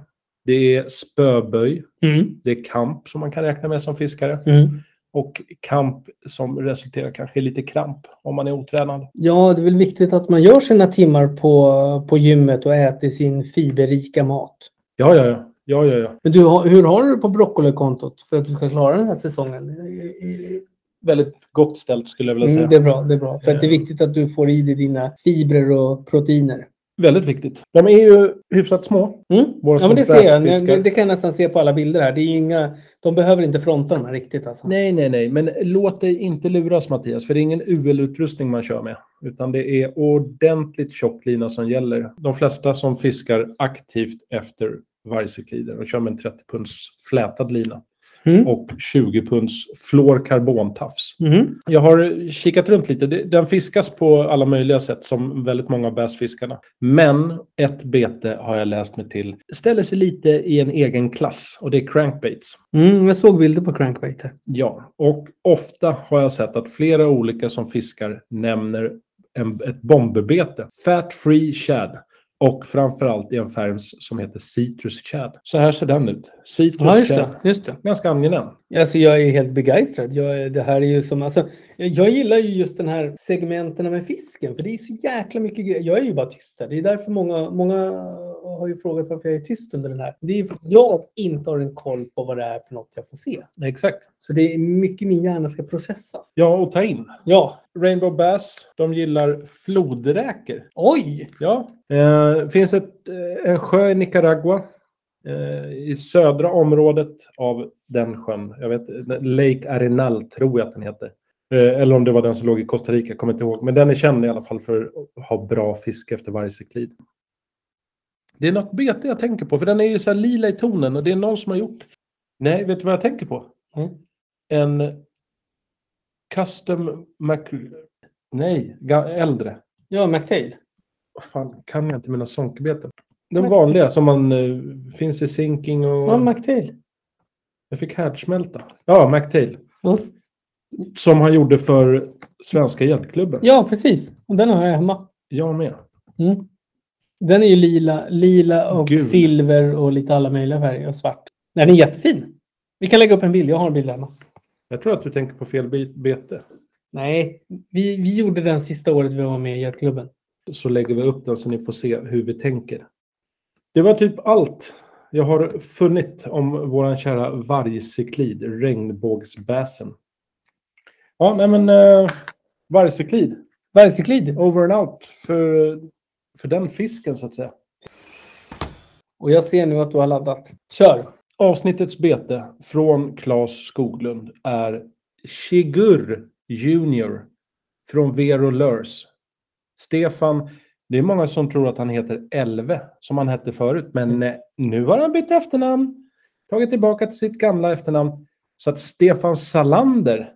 C: Det är spöböj.
B: Mm.
C: Det är kamp som man kan räkna med som fiskare.
B: Mm.
C: Och kamp som resulterar kanske i lite kramp om man är otränad.
B: Ja, det är väl viktigt att man gör sina timmar på, på gymmet och äter sin fiberrika mat.
C: Ja, ja, ja. Ja, ja, ja.
B: Men du, har- hur har du det på broccolikontot för att du ska klara den här säsongen?
C: Väldigt gott ställt skulle jag vilja säga. Eh.
B: Mm, det är bra, det är bra. För att det är viktigt att du får i dig dina fibrer och proteiner.
C: Väldigt viktigt. De är ju hyfsat små.
B: Mm?
C: Våra
B: Ja, men det ser jag.
C: kontrastfiskar.
B: Det, det kan jag nästan se på alla bilder här. Det är ju inga, de behöver inte fronta de här riktigt. Alltså.
C: Nej, nej, nej. Men låt dig inte luras, Mattias. För det är ingen UL-utrustning man kör med. Utan det är ordentligt tjock lina som gäller. De flesta som fiskar aktivt efter vargcyklider. De kör med en 30 punds flätad lina.
B: Mm.
C: och 20 punds fluorkarbontafs.
B: Mm.
C: Jag har kikat runt lite. Det- Den fiskas på alla möjliga sätt som väldigt många av bäsfiskarna. Men ett bete har jag läst mig till ställer sig lite i en egen klass och det är crankbaits.
B: Mm, jag såg bilder på crankbait här.
C: Ja, och ofta har jag sett att flera olika som fiskar nämner en, ett bomberbete. Fat Free Shad. Och framförallt i en färg som heter Citrus Chad. Så här ser den ut. Citrus
B: Ja, just
C: Chad.
B: det. Just det.
C: Ganska angenäm.
B: Alltså jag är helt begeistrad. Jag, är- det här är ju som, alltså, jag- jag gillar ju just den här segmenten med fisken. För det är så jäkla mycket grejer. Jag är ju bara tyst här. Det är därför många, många har ju frågat varför jag är tyst under den här. Det är ju för att jag inte har en koll på vad det är för något jag får se.
C: Exakt.
B: Så det är mycket min hjärna ska processas.
C: Ja, och ta in.
B: Ja,
C: Rainbow Bass, de gillar flodräkor.
B: oj!
C: Ja, eh, finns ett, eh, en sjö i Nicaragua. Eh, I södra området av den sjön. Jag vet, Lake Arenal tror jag att den heter. Eh, eller om det var den som låg i Costa Rica, kommer inte ihåg. Men den är känd i alla fall för att ha bra fiske efter varje cyklid. Det är något bete jag tänker på, för den är ju så här lila i tonen och det är någon som har gjort... Nej, vet du vad jag tänker på?
B: Mm.
C: En custom... Mac- Nej, ga- äldre.
B: Ja, McTail.
C: Vad fan, kan jag inte mina sonkbeten?
B: Men-
C: Den vanliga som man eh, finns i sinking och...
B: Ja, McTail.
C: jag fick härdsmälta. Ja, McTail.
B: Ja.
C: Som han gjorde för Svenska Hjältklubben.
B: ja, precis. Och Den har jag hemma.
C: Jag med.
B: Mm. Den är ju lila, lila och
C: Gul.
B: silver och lite alla möjliga färger och svart. Nej, den är jättefin. Vi kan lägga upp en bild. Jag har en bild hemma.
C: Jag tror att du tänker på fel bi- bete.
B: Nej, vi, vi gjorde den sista året vi var med i Jetklubben.
C: Så lägger vi upp den så ni får se hur vi tänker. Det var typ allt jag har funnit om våran kära vargcyklid, regnbågsbäsen. Ja, nej men eh, vargcyklid.
B: Bergcyklid.
C: over and out för, för den fisken så att säga.
B: Och jag ser nu att du har laddat. Kör!
C: Avsnittets bete från Claes Skoglund är Shigur Junior från Vero Lurs. Stefan, det är många som tror att han heter Elve som han hette förut,
B: Mm.
C: men eh, nu har han bytt efternamn. Tagit tillbaka till sitt gamla efternamn. Så att Stefan Salander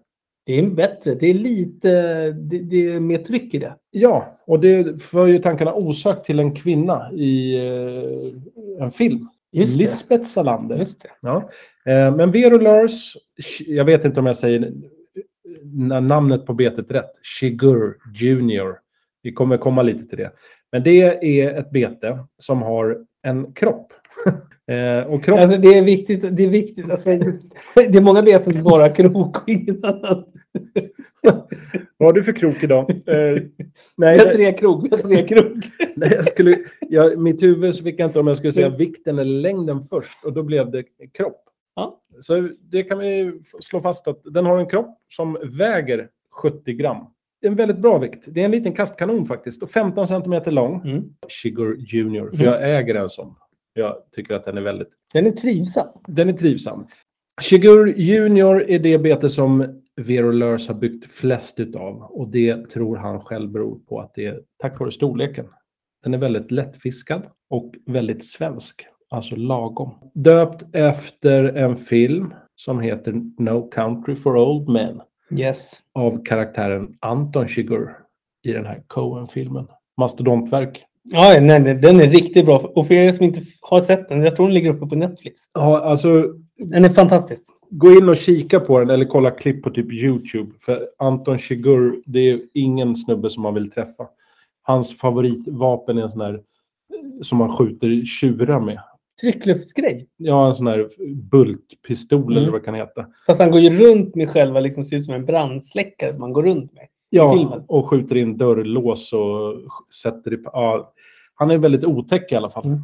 B: Det är bättre. Det är lite... Det, det är mer tryck i det.
C: Ja, och det för ju tankarna osökt till en kvinna i eh, en film.
B: Just det.
C: Lisbeth Salander.
B: Just det.
C: Ja. Eh, men Vero Lars, sh- jag vet inte om jag säger na- namnet på betet rätt. Shigur Junior. Vi kommer komma lite till det. Men det är ett bete som har en kropp. eh, och kropp
B: Alltså, det är viktigt. Det är viktigt. Alltså, det är många beten som bara krok och inget annat.
C: Vad har du för krok idag? Eh, nej,
B: Vi har tre krok. Vi har tre krok.
C: Nej, jag skulle, jag, mitt huvud så fick jag inte om jag skulle säga vikten eller längden först och då blev det kropp.
B: Ja.
C: Så det kan vi f- slå fast att den har en kropp som väger 70 gram. Det är en väldigt bra vikt. Det är en liten kastkanon faktiskt och 15 centimeter lång.
B: Mm.
C: Shigur Junior, för jag äger en sån. Jag tycker att den är väldigt
B: Den är trivsam.
C: den är trivsam. Shigur Junior är det bete som Vero Lörs har byggt flest utav. Och det tror han själv beror på att det är tack vare storleken. Den är väldigt lättfiskad och väldigt svensk. Alltså lagom. Döpt efter en film som heter No Country for Old Men
B: Yes.
C: av karaktären Anton Shigur i den här Coen-filmen. Mastodontverk.
B: Ja, nej, nej, den är riktigt bra. Och för er som inte har sett den, jag tror den ligger uppe på Netflix.
C: Ja, alltså
B: Den är fantastisk.
C: Gå in och kika på den eller kolla klipp på typ YouTube. För Anton Chigurh, det är ingen snubbe som man vill träffa. Hans favoritvapen är en sån här eh, som man skjuter tjurar med.
B: Tryckluftsgrej.
C: Ja, en sån här bultpistol eller
B: Mm.
C: vad det kan heta.
B: Fast han går ju runt med själva, liksom ser ut som en brandsläckare som han går runt med.
C: Ja,
B: filmen.
C: och skjuter in dörrlås och sk- sätter i... pa- Ja, han är väldigt otäck i alla fall.
B: Mm.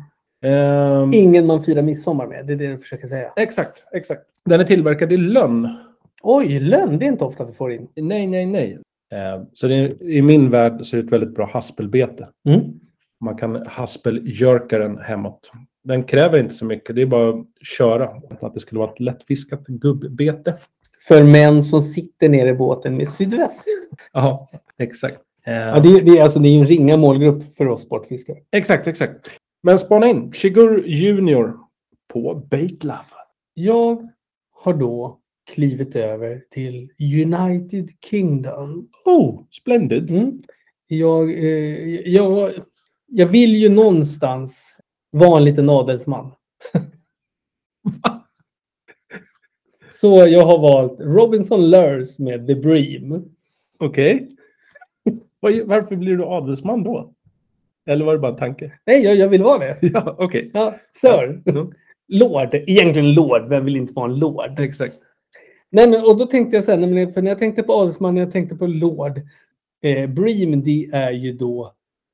C: Ehm,
B: Ingen man firar midsommar med, det är det du försöker säga.
C: exakt, exakt. Den är tillverkad i lönn.
B: Oj, lönn, det är inte ofta vi får in.
C: Nej, nej, nej. Ehm, så det är, i min värld så är det ett väldigt bra haspelbete.
B: Mm.
C: Man kan haspeljörka den hemåt. Den kräver inte så mycket, det är bara att köra. Att det skulle vara ett lättfiskat gubbete.
B: För män som sitter nere i båten med sydväst.
C: Ja, exakt. Eh,
B: Ja, det, är- det, är alltså, det är ju en ringa målgrupp för oss sportfiskare.
C: Exakt, exakt. Men spana in Shigur Junior på Baitlove.
B: Jag har då klivit över till United Kingdom.
C: Oh, splendid.
B: Mm. Jag, eh, jag, jag vill ju någonstans vara en liten adelsman. Så jag har valt Robinson Lurs med The Bream.
C: Okej. Vad- Varför blir du adelsman då? Eller var det bara en tanke?
B: Nej, jag, jag vill vara det.
C: Ja, okej.
B: Ja, Sir.
C: Ja,
B: Lord. Egentligen Lord. Vem vill inte vara en Lord?
C: Exakt.
B: Nej, men, och då tänkte jag så här, nej, men, för när jag tänkte på adelsman, när jag tänkte på lord. Eh, bream, det är ju då,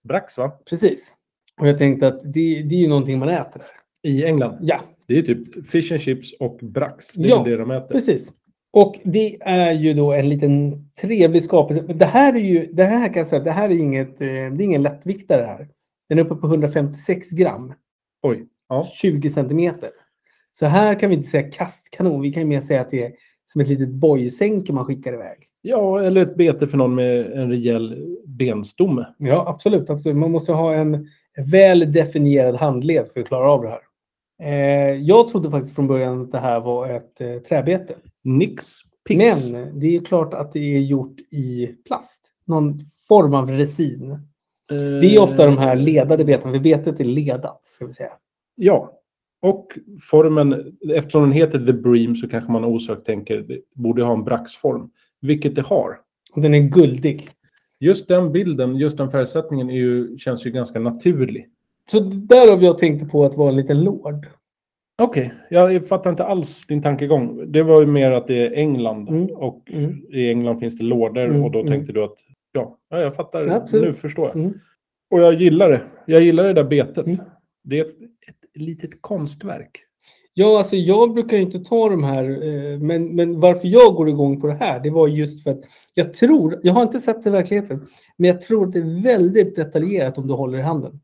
C: Brax, va?
B: precis. Och jag tänkte att det, det är ju någonting man äter.
C: I England.
B: Ja,
C: Det är typ fish and chips och brax. Det är
B: Ja,
C: det de äter.
B: precis. Och det är ju då en liten trevlig skapelse. Men Det här är ju, det här kan jag säga, det här är inget, eh, det är ingen lättviktare här. Den är uppe på 156 gram,
C: Oj. Ja.
B: 20 centimeter. Så här kan vi inte säga kastkanon, vi kan ju mer säga att det är som ett litet bojsänke man skickar iväg.
C: ja, eller ett bete för någon med en rejäl benstomme.
B: Ja, absolut. absolut. Man måste ha en väl definierad handled för att klara av det här. Eh, jag trodde faktiskt från början att det här var ett eh, träbete.
C: Nix. Pix.
B: Men det är klart att det är gjort i plast. Någon form av resin. Det är ofta
C: Eh,
B: de här ledade betena, för betet är ledat. Ska vi säga.
C: Ja. Och formen, eftersom den heter The Bream så kanske man osökt tänker det borde ha en braxform. Vilket det har.
B: Och den är guldig.
C: Just den bilden, just den färgsättningen är ju, känns ju ganska naturlig.
B: Så därav jag tänkte på att vara en liten lord.
C: Okej, jag fattar inte alls din tankegång. Det var ju mer att det är England
B: Mm.
C: och
B: Mm.
C: i England finns det lådor
B: Mm,
C: och då
B: mm.
C: tänkte du att ja, ja jag fattar.
B: Absolut.
C: Nu förstår jag.
B: Mm.
C: Och jag gillar det. Jag gillar det där betet.
B: Mm.
C: Det är ett, ett litet konstverk.
B: Ja, alltså jag brukar ju inte ta de här, eh, men, men varför jag går igång på det här, det var just för att jag tror, jag har inte sett det i verkligheten, men jag tror att det är väldigt detaljerat om du håller i handen.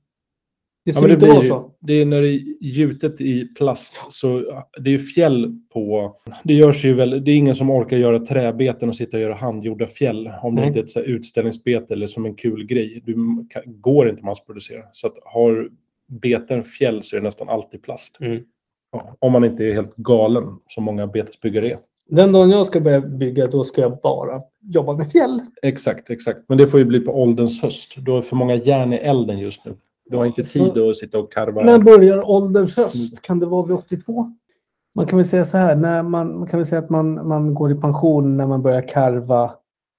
B: Det ser
C: Ja, men det,
B: inte vara
C: blir ju,
B: så.
C: det är när det är gjutet i plast så ja, det är fjäll på. Det görs ju väl. Det är ingen som orkar göra träbeten och sitta och göra handgjorda fjäll om det
B: Nej.
C: inte är ett så här utställningsbete eller som en kul grej. Du kan, går inte att massproducera. Så att har beten fjäll så är det nästan alltid plast.
B: Mm.
C: Ja, om man inte är helt galen som många betesbyggare är.
B: Den dagen jag ska börja bygga, då ska jag bara jobba med fjäll.
C: Exakt, exakt. Men det får ju bli på ålderns höst. Du har för många järn i elden just nu. Du har inte
B: Så-
C: tid att sitta och karva.
B: När börjar ålderns höst?
C: Snyggt.
B: Kan det vara vid 82? Man kan väl säga så här, när man, man kan väl säga att man, man går i pension när man börjar karva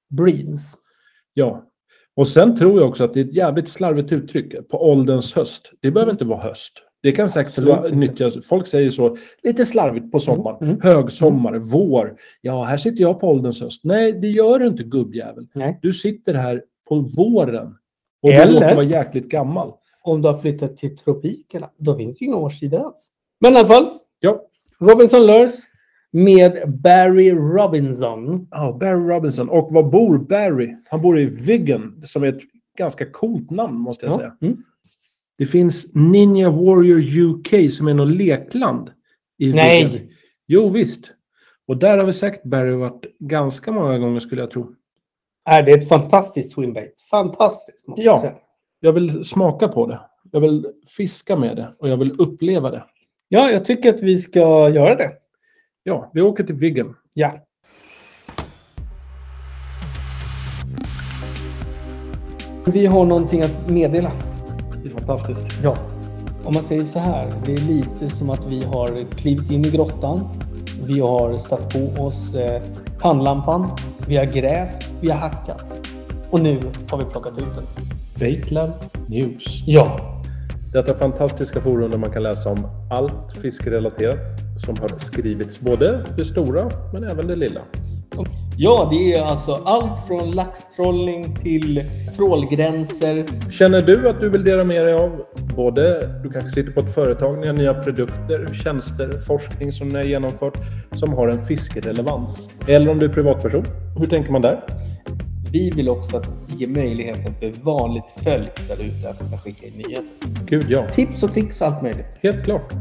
B: breams.
C: Ja. Och sen tror jag också att det är ett jävligt slarvigt uttryck. På ålderns höst. Det behöver inte vara höst. Det kan säkert
B: Absolut
C: vara,
B: inte.
C: nyttjas. Folk säger så lite slarvigt på sommaren.
B: Mm, mm.
C: Högsommar, vår. Ja, här sitter jag på ålderns höst. Nej, det gör du inte gubbjävel.
B: Nej.
C: Du sitter här på våren. Och du
B: Eller-
C: råkar vara jäkligt gammal.
B: Om du har flyttat till tropikerna, då finns det ju inga årstider alls. Men i alla fall,
C: Ja,
B: Robinson Lurs med Barry Robinson.
C: Ja, Barry Robinson. Och var bor Barry? Han bor i Viggen, som är ett ganska coolt namn måste jag säga.
B: Ja. Mm.
C: Det finns Ninja Warrior UK som är något lekland. I Viggen.
B: Nej!
C: Jo, visst. Och där har vi säkert Barry varit ganska många gånger skulle jag tro.
B: Är det är ett fantastiskt swimbait. Fantastiskt! måste jag
C: Ja.
B: säga.
C: Jag vill smaka på det. Jag vill fiska med det och jag vill uppleva det.
B: ja, jag tycker att vi ska göra det.
C: Ja, vi åker till Viggen.
B: Ja. Vi har någonting att meddela.
C: Det är fantastiskt.
B: Ja. Om man säger så här, det är lite som att vi har klivit in i grottan. Vi har satt på oss eh, pannlampan. Vi har grävt, vi har hackat. Och nu har vi plockat ut den.
C: Baitland News.
B: Ja.
C: Detta fantastiska forum där man kan läsa om allt fiskerelaterat som har skrivits, både det stora men även det lilla.
B: Ja, det är alltså allt från laxtrollning till trålgränser.
C: Känner du att du vill dela med dig av både, du kanske sitter på ett företag, ni har nya produkter, tjänster, forskning som ni har genomfört som har en fiskerelevans? Eller om du är privatperson, hur tänker man där?
B: Vi vill också att ge möjligheten för vanligt folk där ute att kunna skicka in nyheter.
C: Gud ja,
B: Tips och tricks och allt möjligt.
C: helt klart.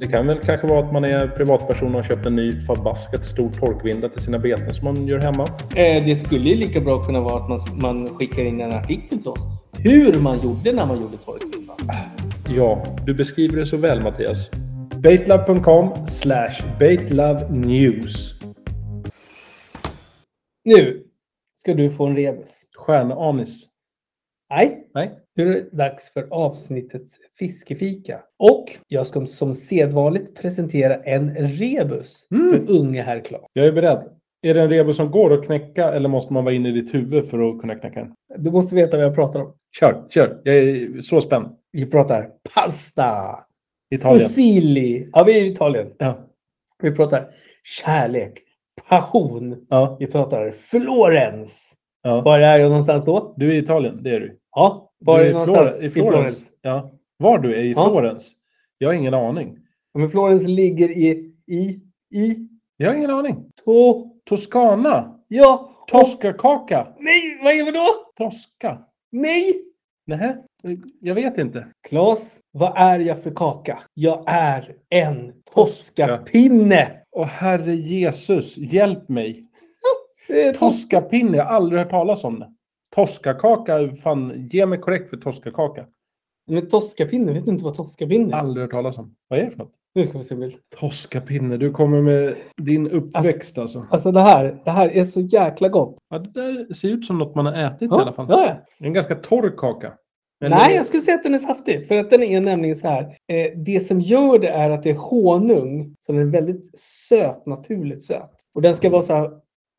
C: Det kan väl kanske vara att man är privatperson och har köpt en ny förbaskat stor torkvinda till sina beten som man gör hemma.
B: Eh, det skulle ju lika bra kunna vara att man, man skickar in en artikel till oss. Hur man gjorde när man gjorde torkbindan.
C: Ja, du beskriver det så väl Mattias. Baitlove.com slash baitlovenews.
B: Nu ska du få en rebus.
C: Stjärnanis.
B: Nej,
C: Nej.
B: nu är det dags för avsnittets fiskefika. Och jag ska som sedvanligt presentera en rebus
C: Mm.
B: för unga herr Claes.
C: Jag är beredd. Är det en rebus som går att knäcka eller måste man vara inne i ditt huvud för att kunna knäcka den?
B: Du måste veta vad jag pratar om.
C: Kör, kör. Jag är så spänd.
B: Vi pratar pasta,
C: Italien.
B: fusilli. Ja, vi är i Italien.
C: Ja.
B: Vi pratar kärlek, passion.
C: Ja.
B: Vi pratar Florens.
C: ja.
B: Var är jag någonstans då?
C: Du är i Italien, det är du.
B: Ja, var
C: du
B: är
C: är i
B: jag någonstans?
C: Flor- i Florens. Ja. Var du är i
B: Ja.
C: Florens? Jag har ingen aning.
B: Ja, men Florens ligger i, i, i,
C: Jag har ingen aning.
B: to,
C: Toscana.
B: ja. Och,
C: Toskakaka.
B: nej, vad är det då?
C: Toska.
B: Nej!
C: Nej, jag vet inte.
B: Klas, vad är jag för kaka? Jag är en toskapinne.
C: Åh herre Jesus, hjälp mig.
B: Det är tos-
C: Toskapinne, jag har aldrig hört talas om det. Toskakaka, fan ge mig korrekt för toskakaka.
B: Men toskapinne, vet du inte vad toskapinne är?
C: Aldrig hört talas om. Vad är det för något?
B: Nu ska vi se en bild.
C: Toskapinne, du kommer med din uppväxt alltså.
B: Alltså det här, det här är så jäkla gott.
C: Ja, det där ser ut som något man har ätit i alla fall.
B: ja, ja.
C: Det är en ganska torr kaka. Eller-
B: Nej, jag skulle säga att den är saftig. För att den är nämligen så här. Eh, det som gör det är att det är honung. Så den är väldigt söt, naturligt söt. Och den ska vara så här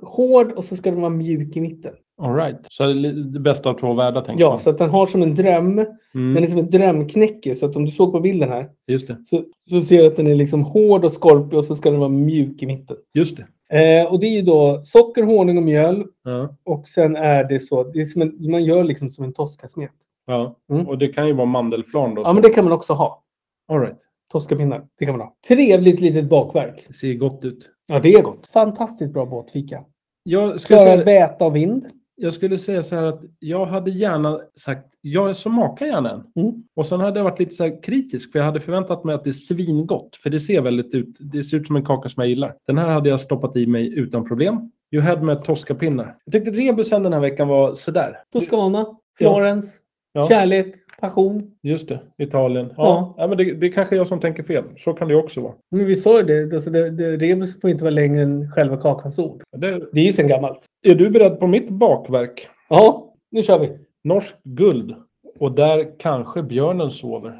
B: hård och så ska den vara mjuk i mitten.
C: All right. Så det är det bästa av två världar tänker
B: Ja,
C: man.
B: så att den har som en dröm. Den är
C: Mm,
B: som en drömknäcke. Så att om du såg på bilden här
C: just det.
B: så, så ser du att den är liksom hård och skorpig och så ska den vara mjuk i mitten.
C: Just det.
B: Eh, och det är ju då socker, honung och mjöl.
C: Ja.
B: Och sen är det så att det är som en, man gör liksom som en toskasmet.
C: ja.
B: Mm.
C: Och det kan ju vara mandelflarn då.
B: Ja, men det kan man också ha.
C: All right.
B: Toskapinnar, det kan man ha. Trevligt litet bakverk.
C: Det ser gott ut.
B: Ja, det är gott. Fantastiskt bra båtfika.
C: Jag skulle,
B: Klarar
C: säga,
B: väta och vind.
C: jag skulle säga så här att jag hade gärna sagt, jag smakar gärna en.
B: Mm.
C: Och sen hade jag varit lite så här kritisk, för jag hade förväntat mig att det är svingott. För det ser väldigt ut, det ser ut som en kaka som jag gillar. Den här hade jag stoppat i mig utan problem. You had med toskapinnar. Jag tyckte rebusen den här veckan var sådär.
B: Toscana, Florens,
C: Ja.
B: kärlek, passion.
C: Just det, Italien.
B: Ja.
C: Ja, ja. men det, det är kanske jag som tänker fel. Så kan det också vara.
B: Men vi sa ju det, alltså det, det rebus får inte vara längre än själva kakans ord.
C: Det,
B: Det är ju sen gammalt.
C: är du beredd på mitt bakverk?
B: Ja, nu kör vi.
C: Norskt guld. Och där kanske björnen sover.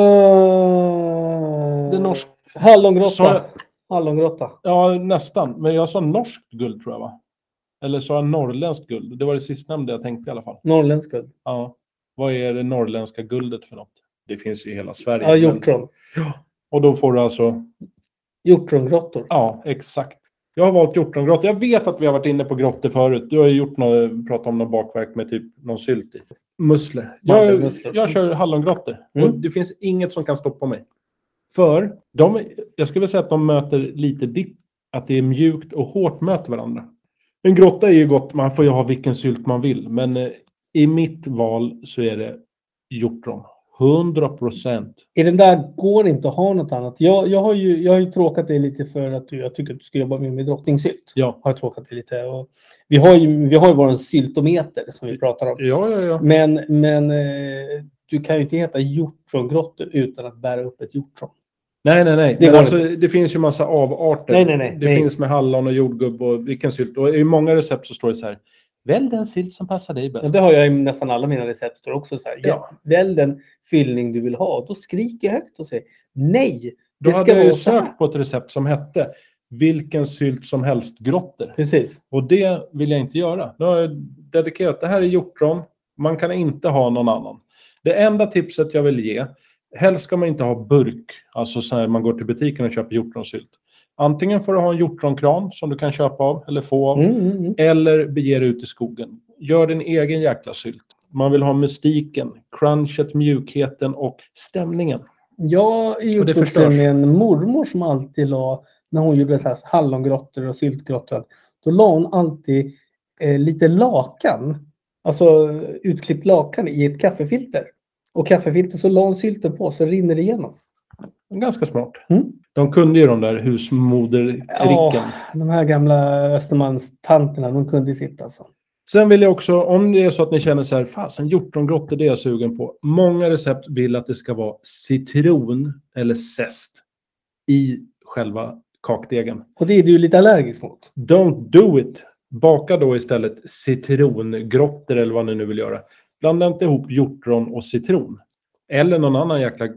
B: Uh...
C: Det är norskt. Sa jag-
B: Hallongrotta. Hallongrotta.
C: Ja, nästan. Men jag sa norskt guld tror jag, va? Eller sa jag norrländskt guld? Det var det sistnämnda jag tänkte i alla fall.
B: Norrländsk guld.
C: Ja. Vad är det norrländska guldet för något? Det finns ju i hela Sverige.
B: Ja,
C: men-
B: hjortron.
C: Och då får du alltså...
B: Hjortrongrottor.
C: Ja, exakt. Jag har valt hjortrongrott. Jag vet att vi har varit inne på grottor förut. Du har ju gjort något, pratat om något bakverk med typ någon sylt i. Musslor. Jag,
B: Mandelmusslor.
C: jag kör hallongrottor.
B: Mm.
C: Och det finns inget som kan stoppa mig. För de, jag skulle vilja säga att de möter lite ditt. Att det är mjukt och hårt möter varandra. En grotta är ju gott. Man får ju ha vilken sylt man vill. Men eh, i mitt val så är det hjortron. 100 procent.
B: I den där går inte att ha något annat. Jag, jag, har, ju, jag har ju tråkat dig lite för att du, jag tycker att du ska jobba mer med drottningsylt.
C: Ja.
B: Har jag tråkat dig lite. Och vi har ju, vi har ju vår syltometer som vi pratar om.
C: Ja, ja, ja.
B: Men, men eh, du kan ju inte heta hjortrongrottor utan att bära upp ett hjortron.
C: Nej, nej, nej.
B: Det
C: Det,
B: går
C: men alltså, det finns ju massa avarter.
B: Nej, nej, nej,
C: Det
B: nej.
C: finns med hallon och jordgubb och vilken sylt. Och i många recept så står det så här. Välj den sylt som passar dig
B: Ja,
C: bäst.
B: det har jag i nästan alla mina recept. Står också så här.
C: Ja.
B: Välj den fyllning du vill ha. Då skriker jag högt och säger nej.
C: Då
B: det
C: hade
B: ska
C: jag ju
B: vara så här.
C: sökt på ett recept som hette vilken sylt som helst grotter.
B: Precis.
C: Och det vill jag inte göra. Nu har jag dedikerat. Det här är hjortron. Man kan inte ha någon annan. Det enda tipset jag vill ge. Helst ska man inte ha burk. Alltså så här man går till butiken och köper hjortronsylt. Antingen får du ha en hjortronkran som du kan köpa av eller få av.
B: Mm, mm, mm.
C: Eller bege dig ut i skogen. Gör din egen jäkla sylt. Man vill ha mystiken, crunchet, mjukheten och stämningen.
B: Jag är ju
C: Och det
B: uppvuxen
C: förstörs.
B: med en mormor som alltid la, när hon gjorde så här hallongrottor och syltgrottor, då la hon alltid eh, lite lakan, alltså utklippt lakan i ett kaffefilter. Och kaffefilter så la hon sylten på så rinner det igenom.
C: Ganska smart.
B: Mm.
C: De kunde ju de där husmodertricken.
B: Ja, de här gamla Östermalmstanterna, de kunde sitta alltså.
C: Sen vill jag också, om det är så att ni känner så här, fasen hjortrongrott är det jag är sugen på. Många recept vill att det ska vara citron eller zest. i själva kakdegen.
B: Och det är du lite allergisk mot.
C: Don't do it! Baka då istället citrongrottor eller vad ni nu vill göra. Blanda inte ihop hjortron och citron. Eller någon annan jäkla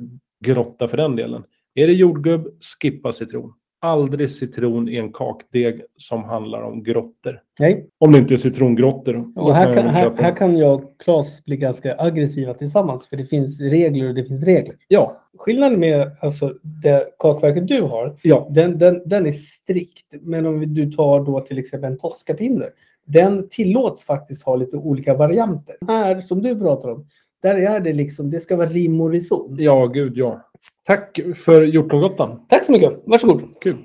C: grotta för den delen. Är det jordgubb, skippa citron. Aldrig citron i en kakdeg som handlar om grottor.
B: Nej.
C: Om det inte är citrongrottor. då. Då
B: Och här
C: jag
B: kan,
C: väl
B: här,
C: köpa.
B: här kan jag och Claes bli ganska aggressiva tillsammans. För det finns regler och det finns regler.
C: Ja,
B: Skillnaden med alltså, det kakverket du har,
C: ja.
B: den, den, den är strikt. Men om vi- du tar då till exempel en toskapinne. Den tillåts faktiskt ha lite olika varianter. Här, som du pratar om, där är det liksom, det ska vara rim och reson.
C: Ja, gud ja. Tack för hjortrongottan.
B: Tack så mycket. Varsågod.
C: Kul.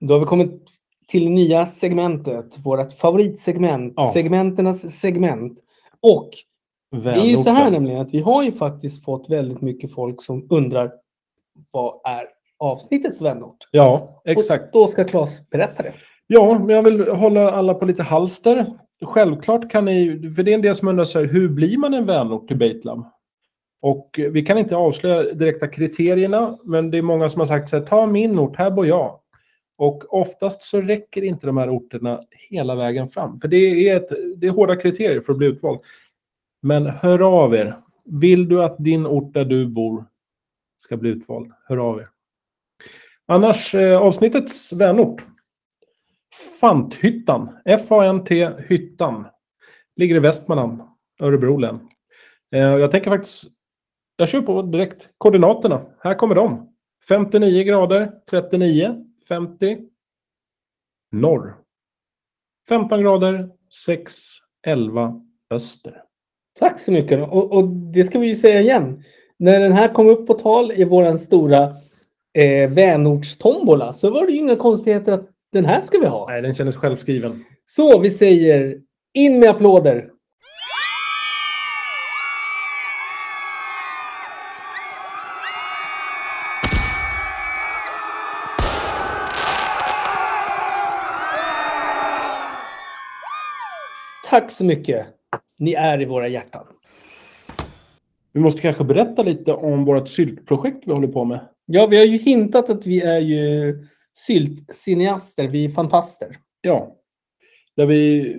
B: Då har vi kommit till nya segmentet. Vårt favoritsegment.
C: Ja.
B: Segmenternas segment. Och det är ju så här nämligen att vi har ju faktiskt fått väldigt mycket folk som undrar vad är avsnittets vänort?
C: Ja, exakt.
B: Och då ska Claes berätta det.
C: Ja, men jag vill hålla alla på lite halster. Självklart kan ni, för det är en del som undrar så här, hur blir man en vänort till Batelam? Och eh, vi kan inte avslöja direkta kriterierna, men det är många som har sagt så här, ta min ort, här bor jag. Och oftast så räcker inte de här orterna hela vägen fram, för det är, ett, det är hårda kriterier för att bli utvald. Men hör av er. Vill du att din ort där du bor ska bli utvald, hör av er. Annars, eh, avsnittets vänort. Fanthyttan. F-A-N-T Hyttan. Ligger i Västmanland, Örebro län. Eh, Jag tänker faktiskt... Jag kör på direkt koordinaterna. Här kommer de. 59 grader, 39, 50. Norr. 15 grader, 6, 11 öster.
B: Tack så mycket. Och, och det ska vi ju säga igen. När den här kom upp på tal i våran stora eh, vänortstombola så var det ju inga konstigheter att den här ska vi ha.
C: Nej, den kändes självskriven.
B: Så vi säger in med applåder. Tack så mycket. Ni är i våra hjärtan.
C: Vi måste kanske berätta lite om vårt syltprojekt vi håller på med.
B: Ja, vi har ju hintat att vi är ju syltcineaster. Vi är fantaster.
C: Ja. Där vi